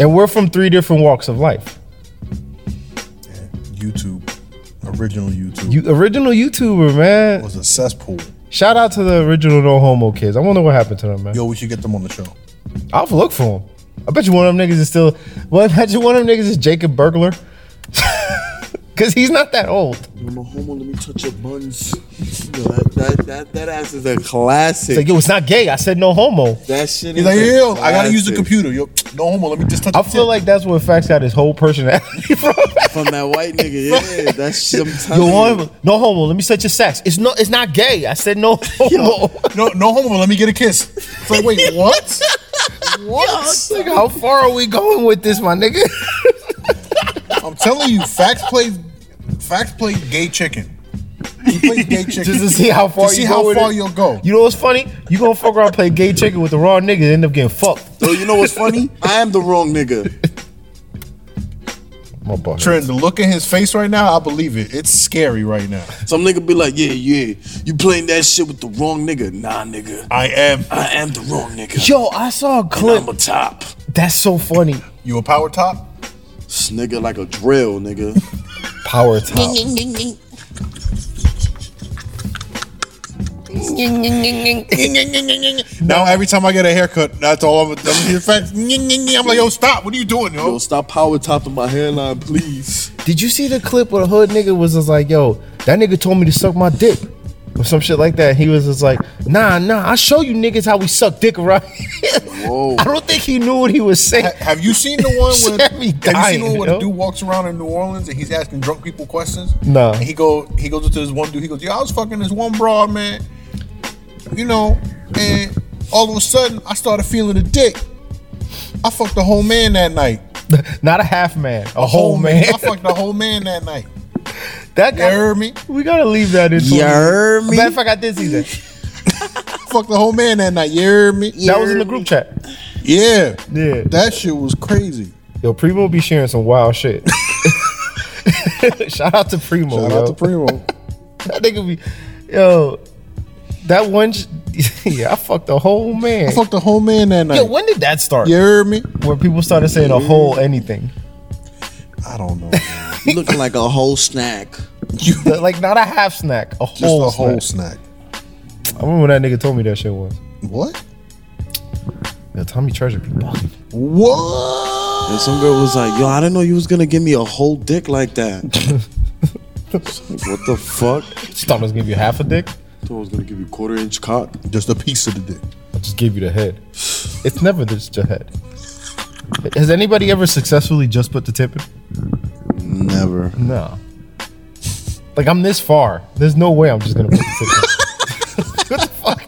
And we're from three different walks of life.
YouTube, original YouTube
You original YouTuber, man.
was a cesspool.
Shout out to the original No Homo kids. I wonder what happened to them, man.
Yo, we should get them on the show.
I'll have to look for them. I bet you one of them niggas is still. Well, imagine one of them niggas is Jacob Burglar, because he's not that old.
Yo, no homo, let me touch your buns. Yo, that, that, that, that ass is a classic.
It's like, yo, it's not gay. I said no homo.
that shit is
He's like,
a
yo, I gotta use the
classic.
computer. Yo, no homo. Let me just touch.
I
the
feel
tip.
like that's where Fax got his whole personality from.
from that white nigga. Yeah, that's sometimes.
Yo, homo- no homo. Let me set your sex. It's no, it's not gay. I said no homo.
no, no homo. Let me get a kiss. It's like, wait, what?
It's like, how far are we going with this, my nigga?
I'm telling you, Fax played. Fax played gay chicken. He plays gay chicken
Just to see how far
To see
you
how
go with
far
it.
you'll go.
You know what's funny? You gonna fuck around play gay chicken with the raw nigga, end up getting fucked.
Yo, you know what's funny? I am the wrong nigga.
My boy.
Trend, the look in his face right now, I believe it. It's scary right now.
Some nigga be like, yeah, yeah, you playing that shit with the wrong nigga. Nah, nigga.
I am.
I am the wrong nigga.
Yo, I saw a
And
clip.
I'm a top.
That's so funny.
You a power top?
This nigga like a drill, nigga.
Power top.
Now every time I get a haircut, that's all I'm. I'm, here, fact, I'm like, yo, stop! What are you doing,
Yo,
yo?
stop power topping my hairline, please.
Did you see the clip where the hood nigga was just like, yo, that nigga told me to suck my dick? Or some shit like that. He was just like, nah, nah, I show you niggas how we suck dick around here.
Whoa.
I don't think he knew what he was saying.
Ha- Have you seen the one with?
Sammy
have you
dying,
seen the one where
yo.
the dude walks around in New Orleans and he's asking drunk people questions?
No.
And he go, he goes up to this one dude. He goes, yo, I was fucking this one broad man, you know, and all of a sudden I started feeling a dick. I fucked the whole man that night.
Not a half man, a whole man.
I fucked the whole man that night.
That
You
guy,
heard me?
we gotta leave that in.
You heard me?
Matter of fact, I did see that.
Fuck the whole man that night. You heard me?
That was in the group chat.
Yeah.
Yeah.
That shit was crazy.
Yo, Primo be sharing some wild shit. Shout out to Primo.
Shout
yo.
out to Primo.
That nigga be, yo, that one. Sh- yeah, I fucked a whole man.
I fucked the whole man that night.
Yo, when did that start?
you heard me?
Where people started saying a whole anything,
I don't know. man.
You looking like a whole snack.
You just
like not a half snack, a whole.
a whole
snack.
snack.
I remember when that nigga told me that shit was.
What?
Yo, Tommy Treasure be bugging.
What?
And some girl was like, yo, I didn't know you was gonna give me a whole dick like that. It's like, what the fuck?
She thought I was gonna give you half a dick.
thought I was gonna give you quarter inch cock.
Just a piece of the dick.
I just gave you the head. It's never just the head. Has anybody ever successfully just put the tip in?
Never.
No. Like I'm this far. There's no way I'm just gonna put the tip. in. what the fuck?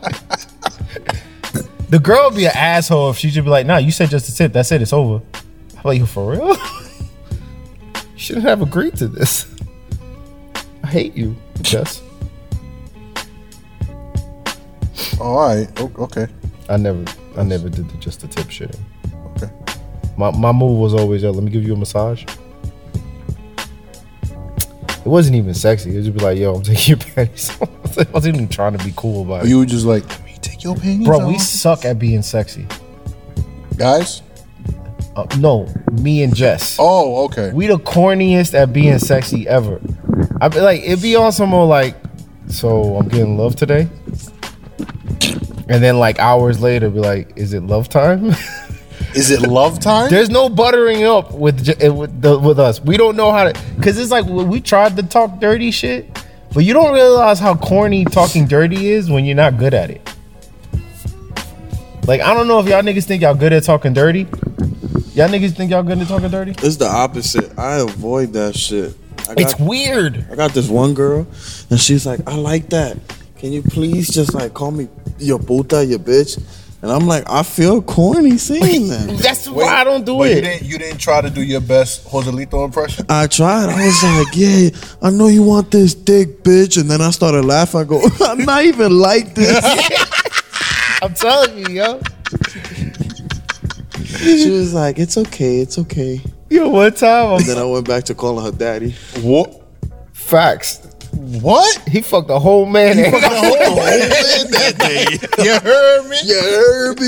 The girl would be an asshole if she should be like, "Nah, you said just a tip. That's it. It's over." I'm like, "You for real? you shouldn't have agreed to this. I hate you, Jess."
All right. O- okay.
I never, I never did the just a tip shitting.
Okay.
My my move was always, "Yo, let me give you a massage." It wasn't even sexy. It was just be like, "Yo, I'm taking your panties." off." I wasn't even trying to be cool about it.
You were just like, let me take your panties
Bro, we
off.
suck at being sexy.
Guys?
Uh, no, me and Jess.
Oh, okay.
We the corniest at being sexy ever. I be like, it be on some more like, so I'm getting love today. And then like hours later, be like, is it love time?
Is it love time?
There's no buttering up with j- eh, with, the, with us. We don't know how to because it's like we we tried to talk dirty shit, but you don't realize how corny talking dirty is when you're not good at it. Like I don't know if y'all niggas think y'all good at talking dirty. Y'all niggas think y'all good at talking dirty?
It's the opposite. I avoid that shit. I got,
It's weird.
I got this one girl, and she's like, I like that. Can you please just like call me your puta, your bitch? And I'm like, I feel corny saying that.
That's why I don't do
But you
it.
didn't, you didn't try to do your best Joselito impression.
I tried. I was like, yeah, I know you want this dick, bitch. And then I started laughing. I go, I'm not even like this.
I'm telling you, yo.
she was like, it's okay, it's okay.
Yo, one time I'm
And then I went back to calling her daddy.
What?
Facts. What? He fucked a whole man.
Oh, that day.
You heard me?
You heard me?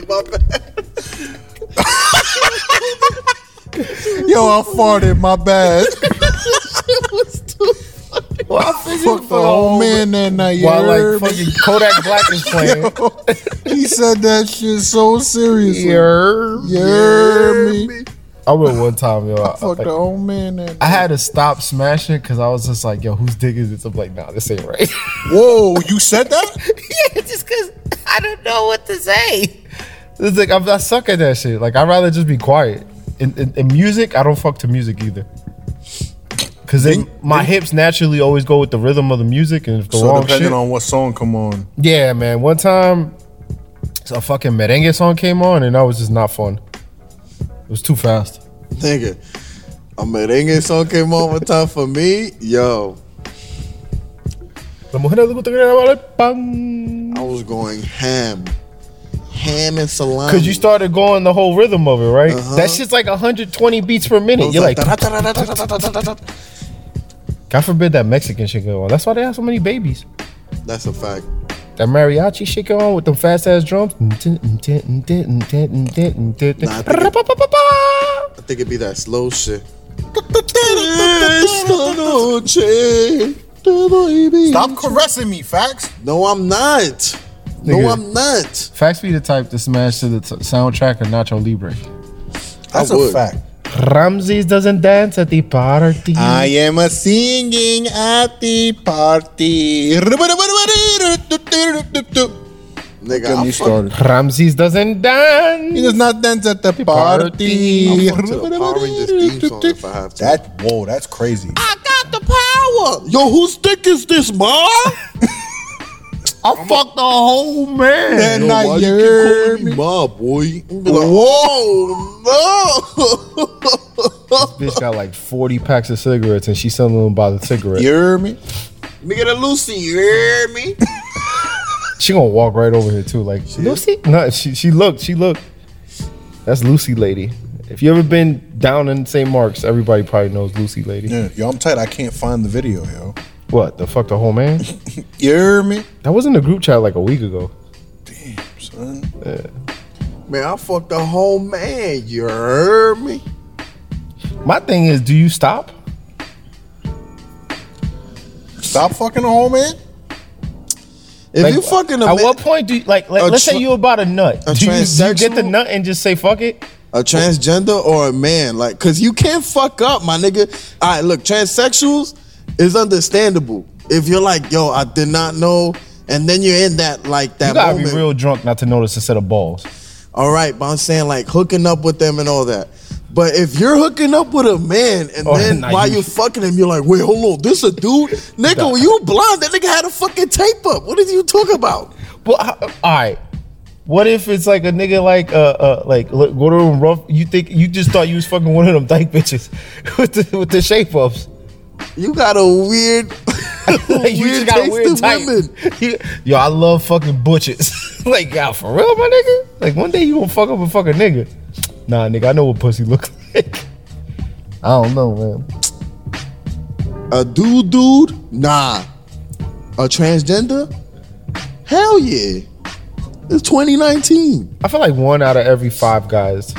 You heard my bad.
Yo, I farted. My bad.
well, I figured
Fuck the whole man that night. You
While
heard
like fucking Kodak Black is playing.
me? He said that shit so seriously.
Yeah.
You heard me?
I went one time, yo. I, like,
Fuck the whole man that
I had to stop smashing because I was just like, yo, whose dick is this? I'm like, nah, this ain't right.
Whoa, you said that?
yeah, just because I don't know what to say. It's like, I'm, I suck at that shit. Like, I'd rather just be quiet. In, in, in music, I don't fuck to music either. Because then my hips naturally always go with the rhythm of the music. And if the
So
wrong
depending
shit.
on what song come on.
Yeah, man. One time, a fucking merengue song came on, and that was just not fun. It was too fast.
Nigga, a merengue song came on one time for me. Yo,
La mujer le gusta que le haga el pan.
I was going ham. Ham and salami.
Cause you started going the whole rhythm of it, right? That shit's like 120 beats per minute. You're like,
"Da-da-da-da-da-da-da-da-da-da-da."
God forbid that Mexican shit go on. That's why they have so many babies.
That's a fact.
That mariachi shit go on with them fast ass drums.
Nah, I think I think it'd be that slow shit.
Stop caressing me, facts.
No, I'm not. No,
Nigga.
I'm not.
Facts be the type to smash to the t- soundtrack of Nacho Libre.
That's
I
a
would.
fact.
Ramses doesn't dance at the party.
I am a singing at the party.
Nigga,
Get
I'm
me
fucking
started.
Ramses doesn't
He
dance.
does not dance at the party.
I'll fuck to the Power Rangers theme song if I have to.
That whoa, that's crazy.
I got the power. Yo, whose dick is this, ma?
I fucked the whole man.
And I
you
heard
keep calling me
me.
ma, boy? I'm be like, Whoa, no.
Bitch got like 40 packs of cigarettes and she's selling them by the cigarette.
You heard me?
Nigga, the Lucy, you hear me?
She gonna walk right over here too. Like Lucy? No, she she looked, she looked. That's Lucy Lady. If you ever been down in St. Mark's, everybody probably knows Lucy Lady.
Yeah, yo, I'm tight. I can't find the video, yo.
What the fuck the whole man?
You hear me?
That was in the group chat like a week ago.
Son.
Man, I fucked the whole man. You heard me?
My thing is, do you stop?
Stop fucking the whole man.
If
Like,
you fucking a,
at
man,
what point do you like, like
A
let's say
tra-
you about a nut.
a
do, you, do you get the
transsexual?
nut and just say fuck it?
a transgender or a man, like, cause you can't fuck up, my nigga. All right, look, transsexuals is understandable. If you're like, yo, I did not know, and then you're in that like that
You gotta
moment.
be real drunk not to notice a set of balls.
All right, but I'm saying like hooking up with them and all that. But if you're hooking up with a man and
Oh,
then
nah,
while
you-
you fucking him, you're like, wait, hold on, this a dude? Nigga, when you blind, that nigga had a fucking tape up. What did you talk about?
Well, all right. What if it's like a nigga like uh, uh like look, go to them rough? You think you just thought you was fucking one of them dyke bitches with the with the shape ups?
You got a weird,
Like you just
weird
got a
taste
weird
in
type.
women.
You- Yo, I love fucking butches. like yeah, for real, my nigga. Like one day you gonna fuck up a fucking nigga. Nah, nigga, I know what pussy look like. I don't know, man.
A dude, dude? Nah. A transgender? Hell yeah. It's 2019.
I feel like one out of every five guys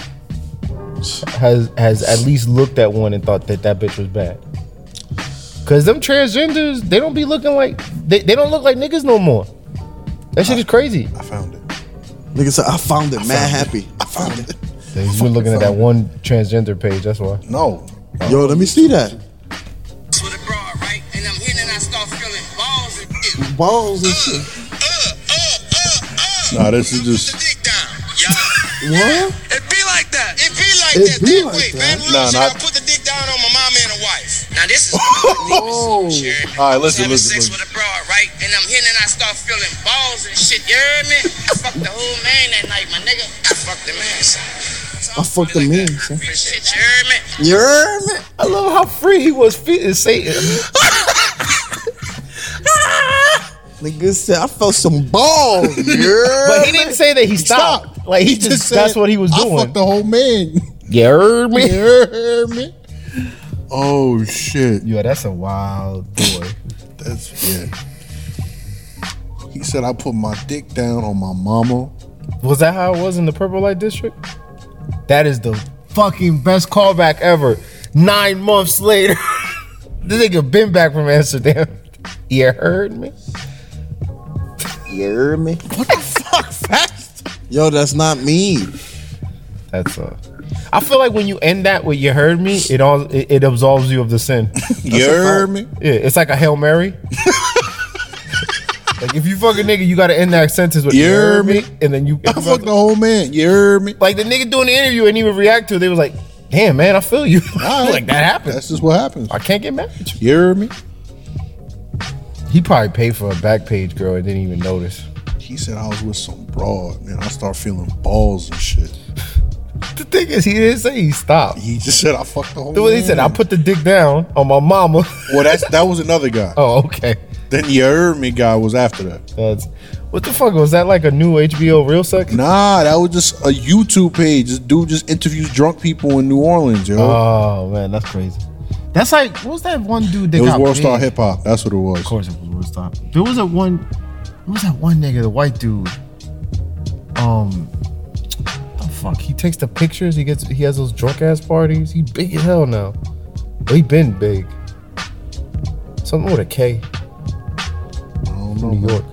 has has at least looked at one and thought that that bitch was bad. Cause them transgenders, they don't be looking like they, they don't look like niggas no more. That shit is crazy.
I found it.
Nigga said, I found it, man, happy.
I found it.
You've been looking at that one transgender page, that's why.
No.
Yo, let me see that.
with a broad, right? And I'm hitting and I start feeling balls and shit. Uh,
Balls and shit.
Nah, this is just-
What?
It be like that. It be like
It
that.
be
that
like
way,
that.
man. Real
Nah,
shit,
nah.
I put the dick down on my mama and a wife. Now this is. oh.
All right, listen,
Having
listen,
sex
listen.
with a broad, right? And I'm hitting and I start feeling balls and shit. You heard me? I fucked the whole man that night, my nigga. I fucked the man. son. So
I
I'm
fucked
feeling
the man,
that
son.
hot Shit, you heard me?
You heard me?
I love how free he was fit and Satan.
Nigga said, I felt some balls. Yeah.
But he didn't say that he stopped.
Stop.
Like he, just that's what he was
I
doing.
fucked the whole man.
Yeah, heard
You
me.
heard me? Oh shit.
Yeah, that's a wild boy.
That's yeah. He said I put my dick down on my mama.
Was that how it was in the Purple Light District? That is the fucking best callback ever. Nine months later, this nigga been back from Amsterdam. You heard me?
You heard me? What the fuck, fast? Yo, that's not me.
That's uh I feel like when you end that with "You heard me," it all it, it absolves you of the sin.
You heard me?
Yeah, it's like a hail mary. like if you fuck a nigga, you gotta end that sentence with "You
You're
heard me,"
me.
and then you
I fucked the whole man. You heard me?
like the nigga doing the interview didn't even react to it. They was like, "Damn, man, I feel you."
All right.
like that happened.
That's just what happens.
I can't get mad at you.
You heard me?
He probably paid for a back page girl and didn't even notice.
He said I was with some broad, and I start feeling balls and shit.
The thing is, he didn't say he stopped.
He just said I fucked the whole.
The way he said, "I
man."
put the dick down on my mama."
Well, that's that was another guy.
oh, okay.
Then you heard me guy was after that.
That's what the fuck was that? Like a new HBO real sex?
Nah, that was just a YouTube page. This dude just interviews drunk people in New Orleans, yo.
Oh man, that's crazy. That's like what was that one dude that
it was
got
World Star
big?
Hip Hop. That's what it was.
Of course, it was World Star. There was a one. What was that one nigga, the white dude? Um, the fuck. He takes the pictures. He gets. He has those drunk ass parties. He big as hell now. Well, he been big. Something with a K.
I don't know.
New York.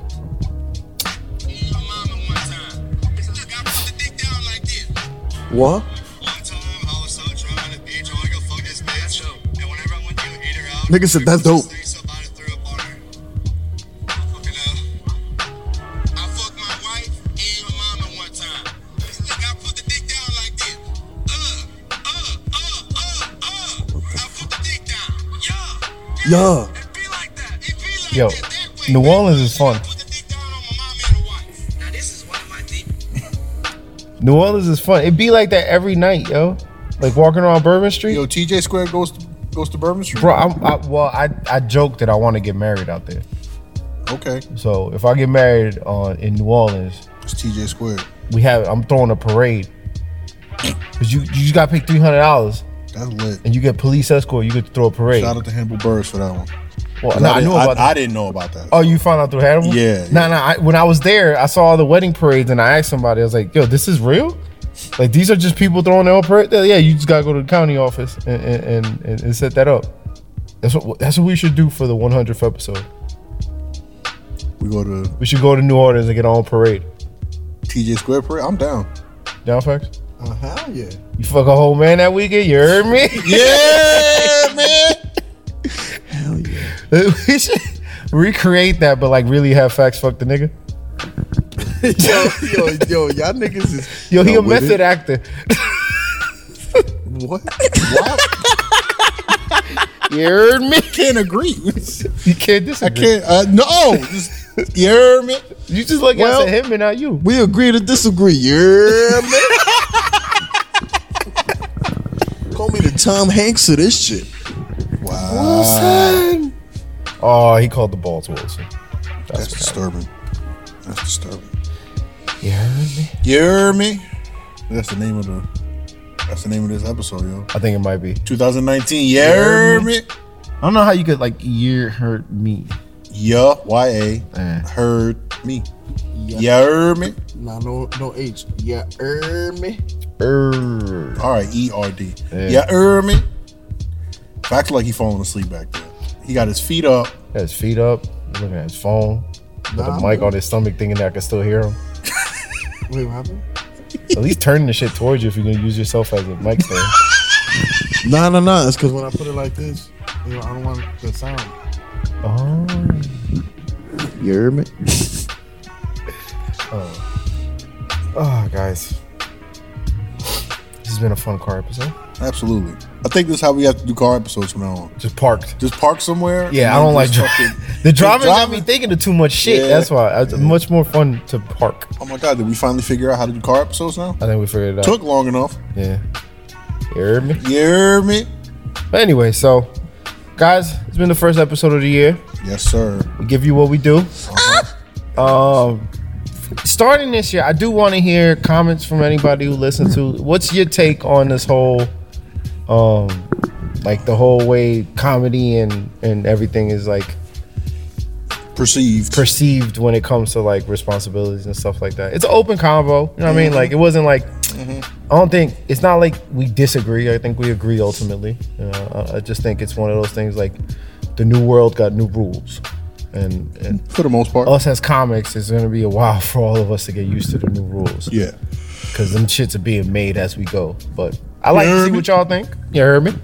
My mama one time. Look, I put the dick down like this.
What?
One time I was so drunk on the beach, all I could fuck this bitch up. And whenever I went to eat her out,
Nigga said, "That's dope."
Somebody threw up on her. Fucking hell. I fucked my wife and my mama one time. This nigga, I put the dick down like this. Uh, uh, uh, uh, uh. I put the dick down. Yeah.
Yeah.
It be like that. It be like
Yo,
that. that way.
New Orleans is fun.
I put the dick down on my mama and a wife. Now, this is one of my deep.
New Orleans is fun. It be like that every night, yo. Like walking around Bourbon Street.
Yo, TJ Square goes to, goes to Bourbon Street.
Bro, I'm, I, well, I, I joke that I want to get married out there.
Okay,
So if I get married on in New Orleans,
it's TJ Square.
we have I'm throwing a parade. Cause you you just gotta pay three hundred dollars
That's lit.
and you get police escort. You get to throw a parade.
Shout out to Hannibal Burris for that one.
well, nah, I,
didn't-
knew about that.
I didn't know about that.
oh, you found out through Hannibal?
Yeah,
Nah, nah. I, when I was there, I saw all the wedding parades, and I asked somebody, I was like, "Yo, this is real? Like these are just people throwing their own parade? They're like, yeah, you just gotta go to the county office and and, and, and, and set that up. That's what that's what we should do for the 100th episode.
We go to
We should go to New Orleans and get our own parade.
TJ Square Parade. I'm down.
Down facts?
Uh, hell yeah.
You fuck a whole man that weekend? You heard me?
Yeah, man.
Hell yeah.
we should recreate that, but like really have facts fuck the nigga.
yo, yo, yo, y'all niggas is.
Yo, he
Yo,
a
with
method actor.
What?
You heard me?
Can't agree.
You can't
I
disagree.
can't. Uh, no, just, you heard me.
You just look
Well-
at him and not you.
We agree to disagree. Yeah, man. Call me the Tom Hanks of this shit.
Oh, he called the balls Wilson.
That's disturbing. That's disturbing.
You heard me?
You heard me. That's the name of the. That's the name of this episode, yo.
I think it might be.
2019. You heard me.
I don't know how you could like ear hurt me.
Yeah, Y A.
Eh.
Heard me. You heard me.
Nah, no, no H. Yeah, er, me.
Err.
All right, E R D.
Yeah.
Yeah, er me. Facts like he falling asleep back there. He got his feet up.
He had his feet up, looking at his phone, with the mic on his stomach, thinking that I can still hear him.
Wait, what happened?
At least turning the shit towards you if you're gonna use yourself as a mic stand.
No, no, no. That's because when I put it like this, you know, I don't want the sound.
Oh,
You heard er, me?
oh, guys, this has been a fun car episode.
Absolutely. I think this is how we have to do car episodes from now on.
Just parked.
Just park somewhere.
Yeah, I
and
don't like
just
dri-
fucking-
the driving. Got me
driving-
thinking of too much shit.
Yeah.
That's why it's much more fun to park.
Oh my god, did we finally figure out how to do car episodes now?
I think we figured it out.
Took long enough.
yeah, you heard me.
You hear me?
But anyway, so guys, it's been the first episode of the year.
Yes, sir.
We give you what we do. Um, starting this year, I do want to hear comments from anybody who listens to. What's your take on this whole, um, like the whole way comedy and and everything is like
Perceived.
perceived when it comes to like responsibilities and stuff like that. It's an open combo. You know what I mean? Like it wasn't like I don't think it's not like we disagree. I think we agree ultimately. You know, I, I just think it's one of those things like the new world got new rules, and and
for the most part.
us as comics, it's gonna be a while for all of us to get used to the new rules.
yeah.
Cause them shits are being made as we go. But I like to see what y'all think. You heard me?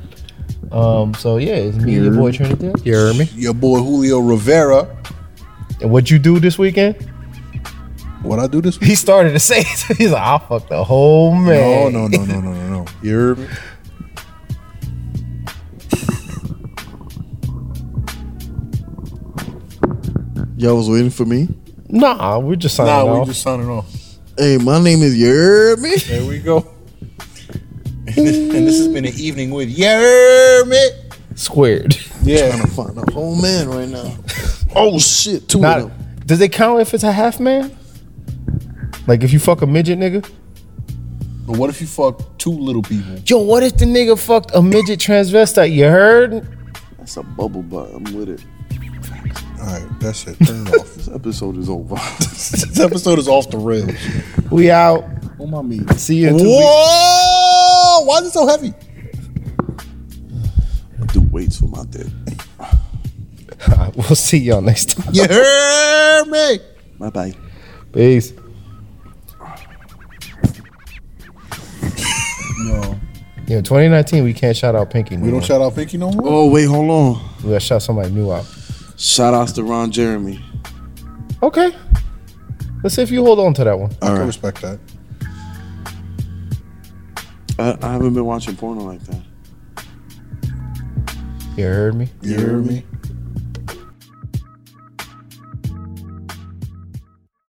Um, so yeah, it's me and your boy Trinidad. You heard me?
Your boy Julio Rivera.
And what you do this weekend?
What I do this week?
He started to say it. he's like, I'll fuck the whole
No,
man.
no, no, no, no, no, no. You hear me?
Y'all was waiting for me.
Nah, we're just signing
Nah, we
off.
just signing off.
Hey, my name is er, Yermi.
There we go. and, this, and this has been an evening with Yermit.
Squared.
Yeah.
I'm find a whole man right now. Oh shit, two
Not,
of them.
does it count if it's a half man? Like if you fuck a midget nigga?
But what if you fuck two little people?
Yo, what if the nigga fucked a midget transvestite? You heard?
That's a bubble butt. I'm with it.
All right, that's it. Turn it off.
This episode is over.
this episode is off the rails.
We out.
oh my me.
See you in two weeks.
Whoa! Why is it so heavy?
Do weights for my dick.
All right, we'll see y'all next time.
You hear me?
Bye bye.
Peace.
No.
Yeah, 2019, we can't shout out Pinky.
We don't shout out Pinky no more?
Oh wait, hold on.
We gotta shout somebody new out.
Shout outs to Ron Jeremy.
Okay. Let's see if you hold on to that one.
I can
Alright.
respect that.
I, I haven't been watching porno like that.
You heard me?
You hear me?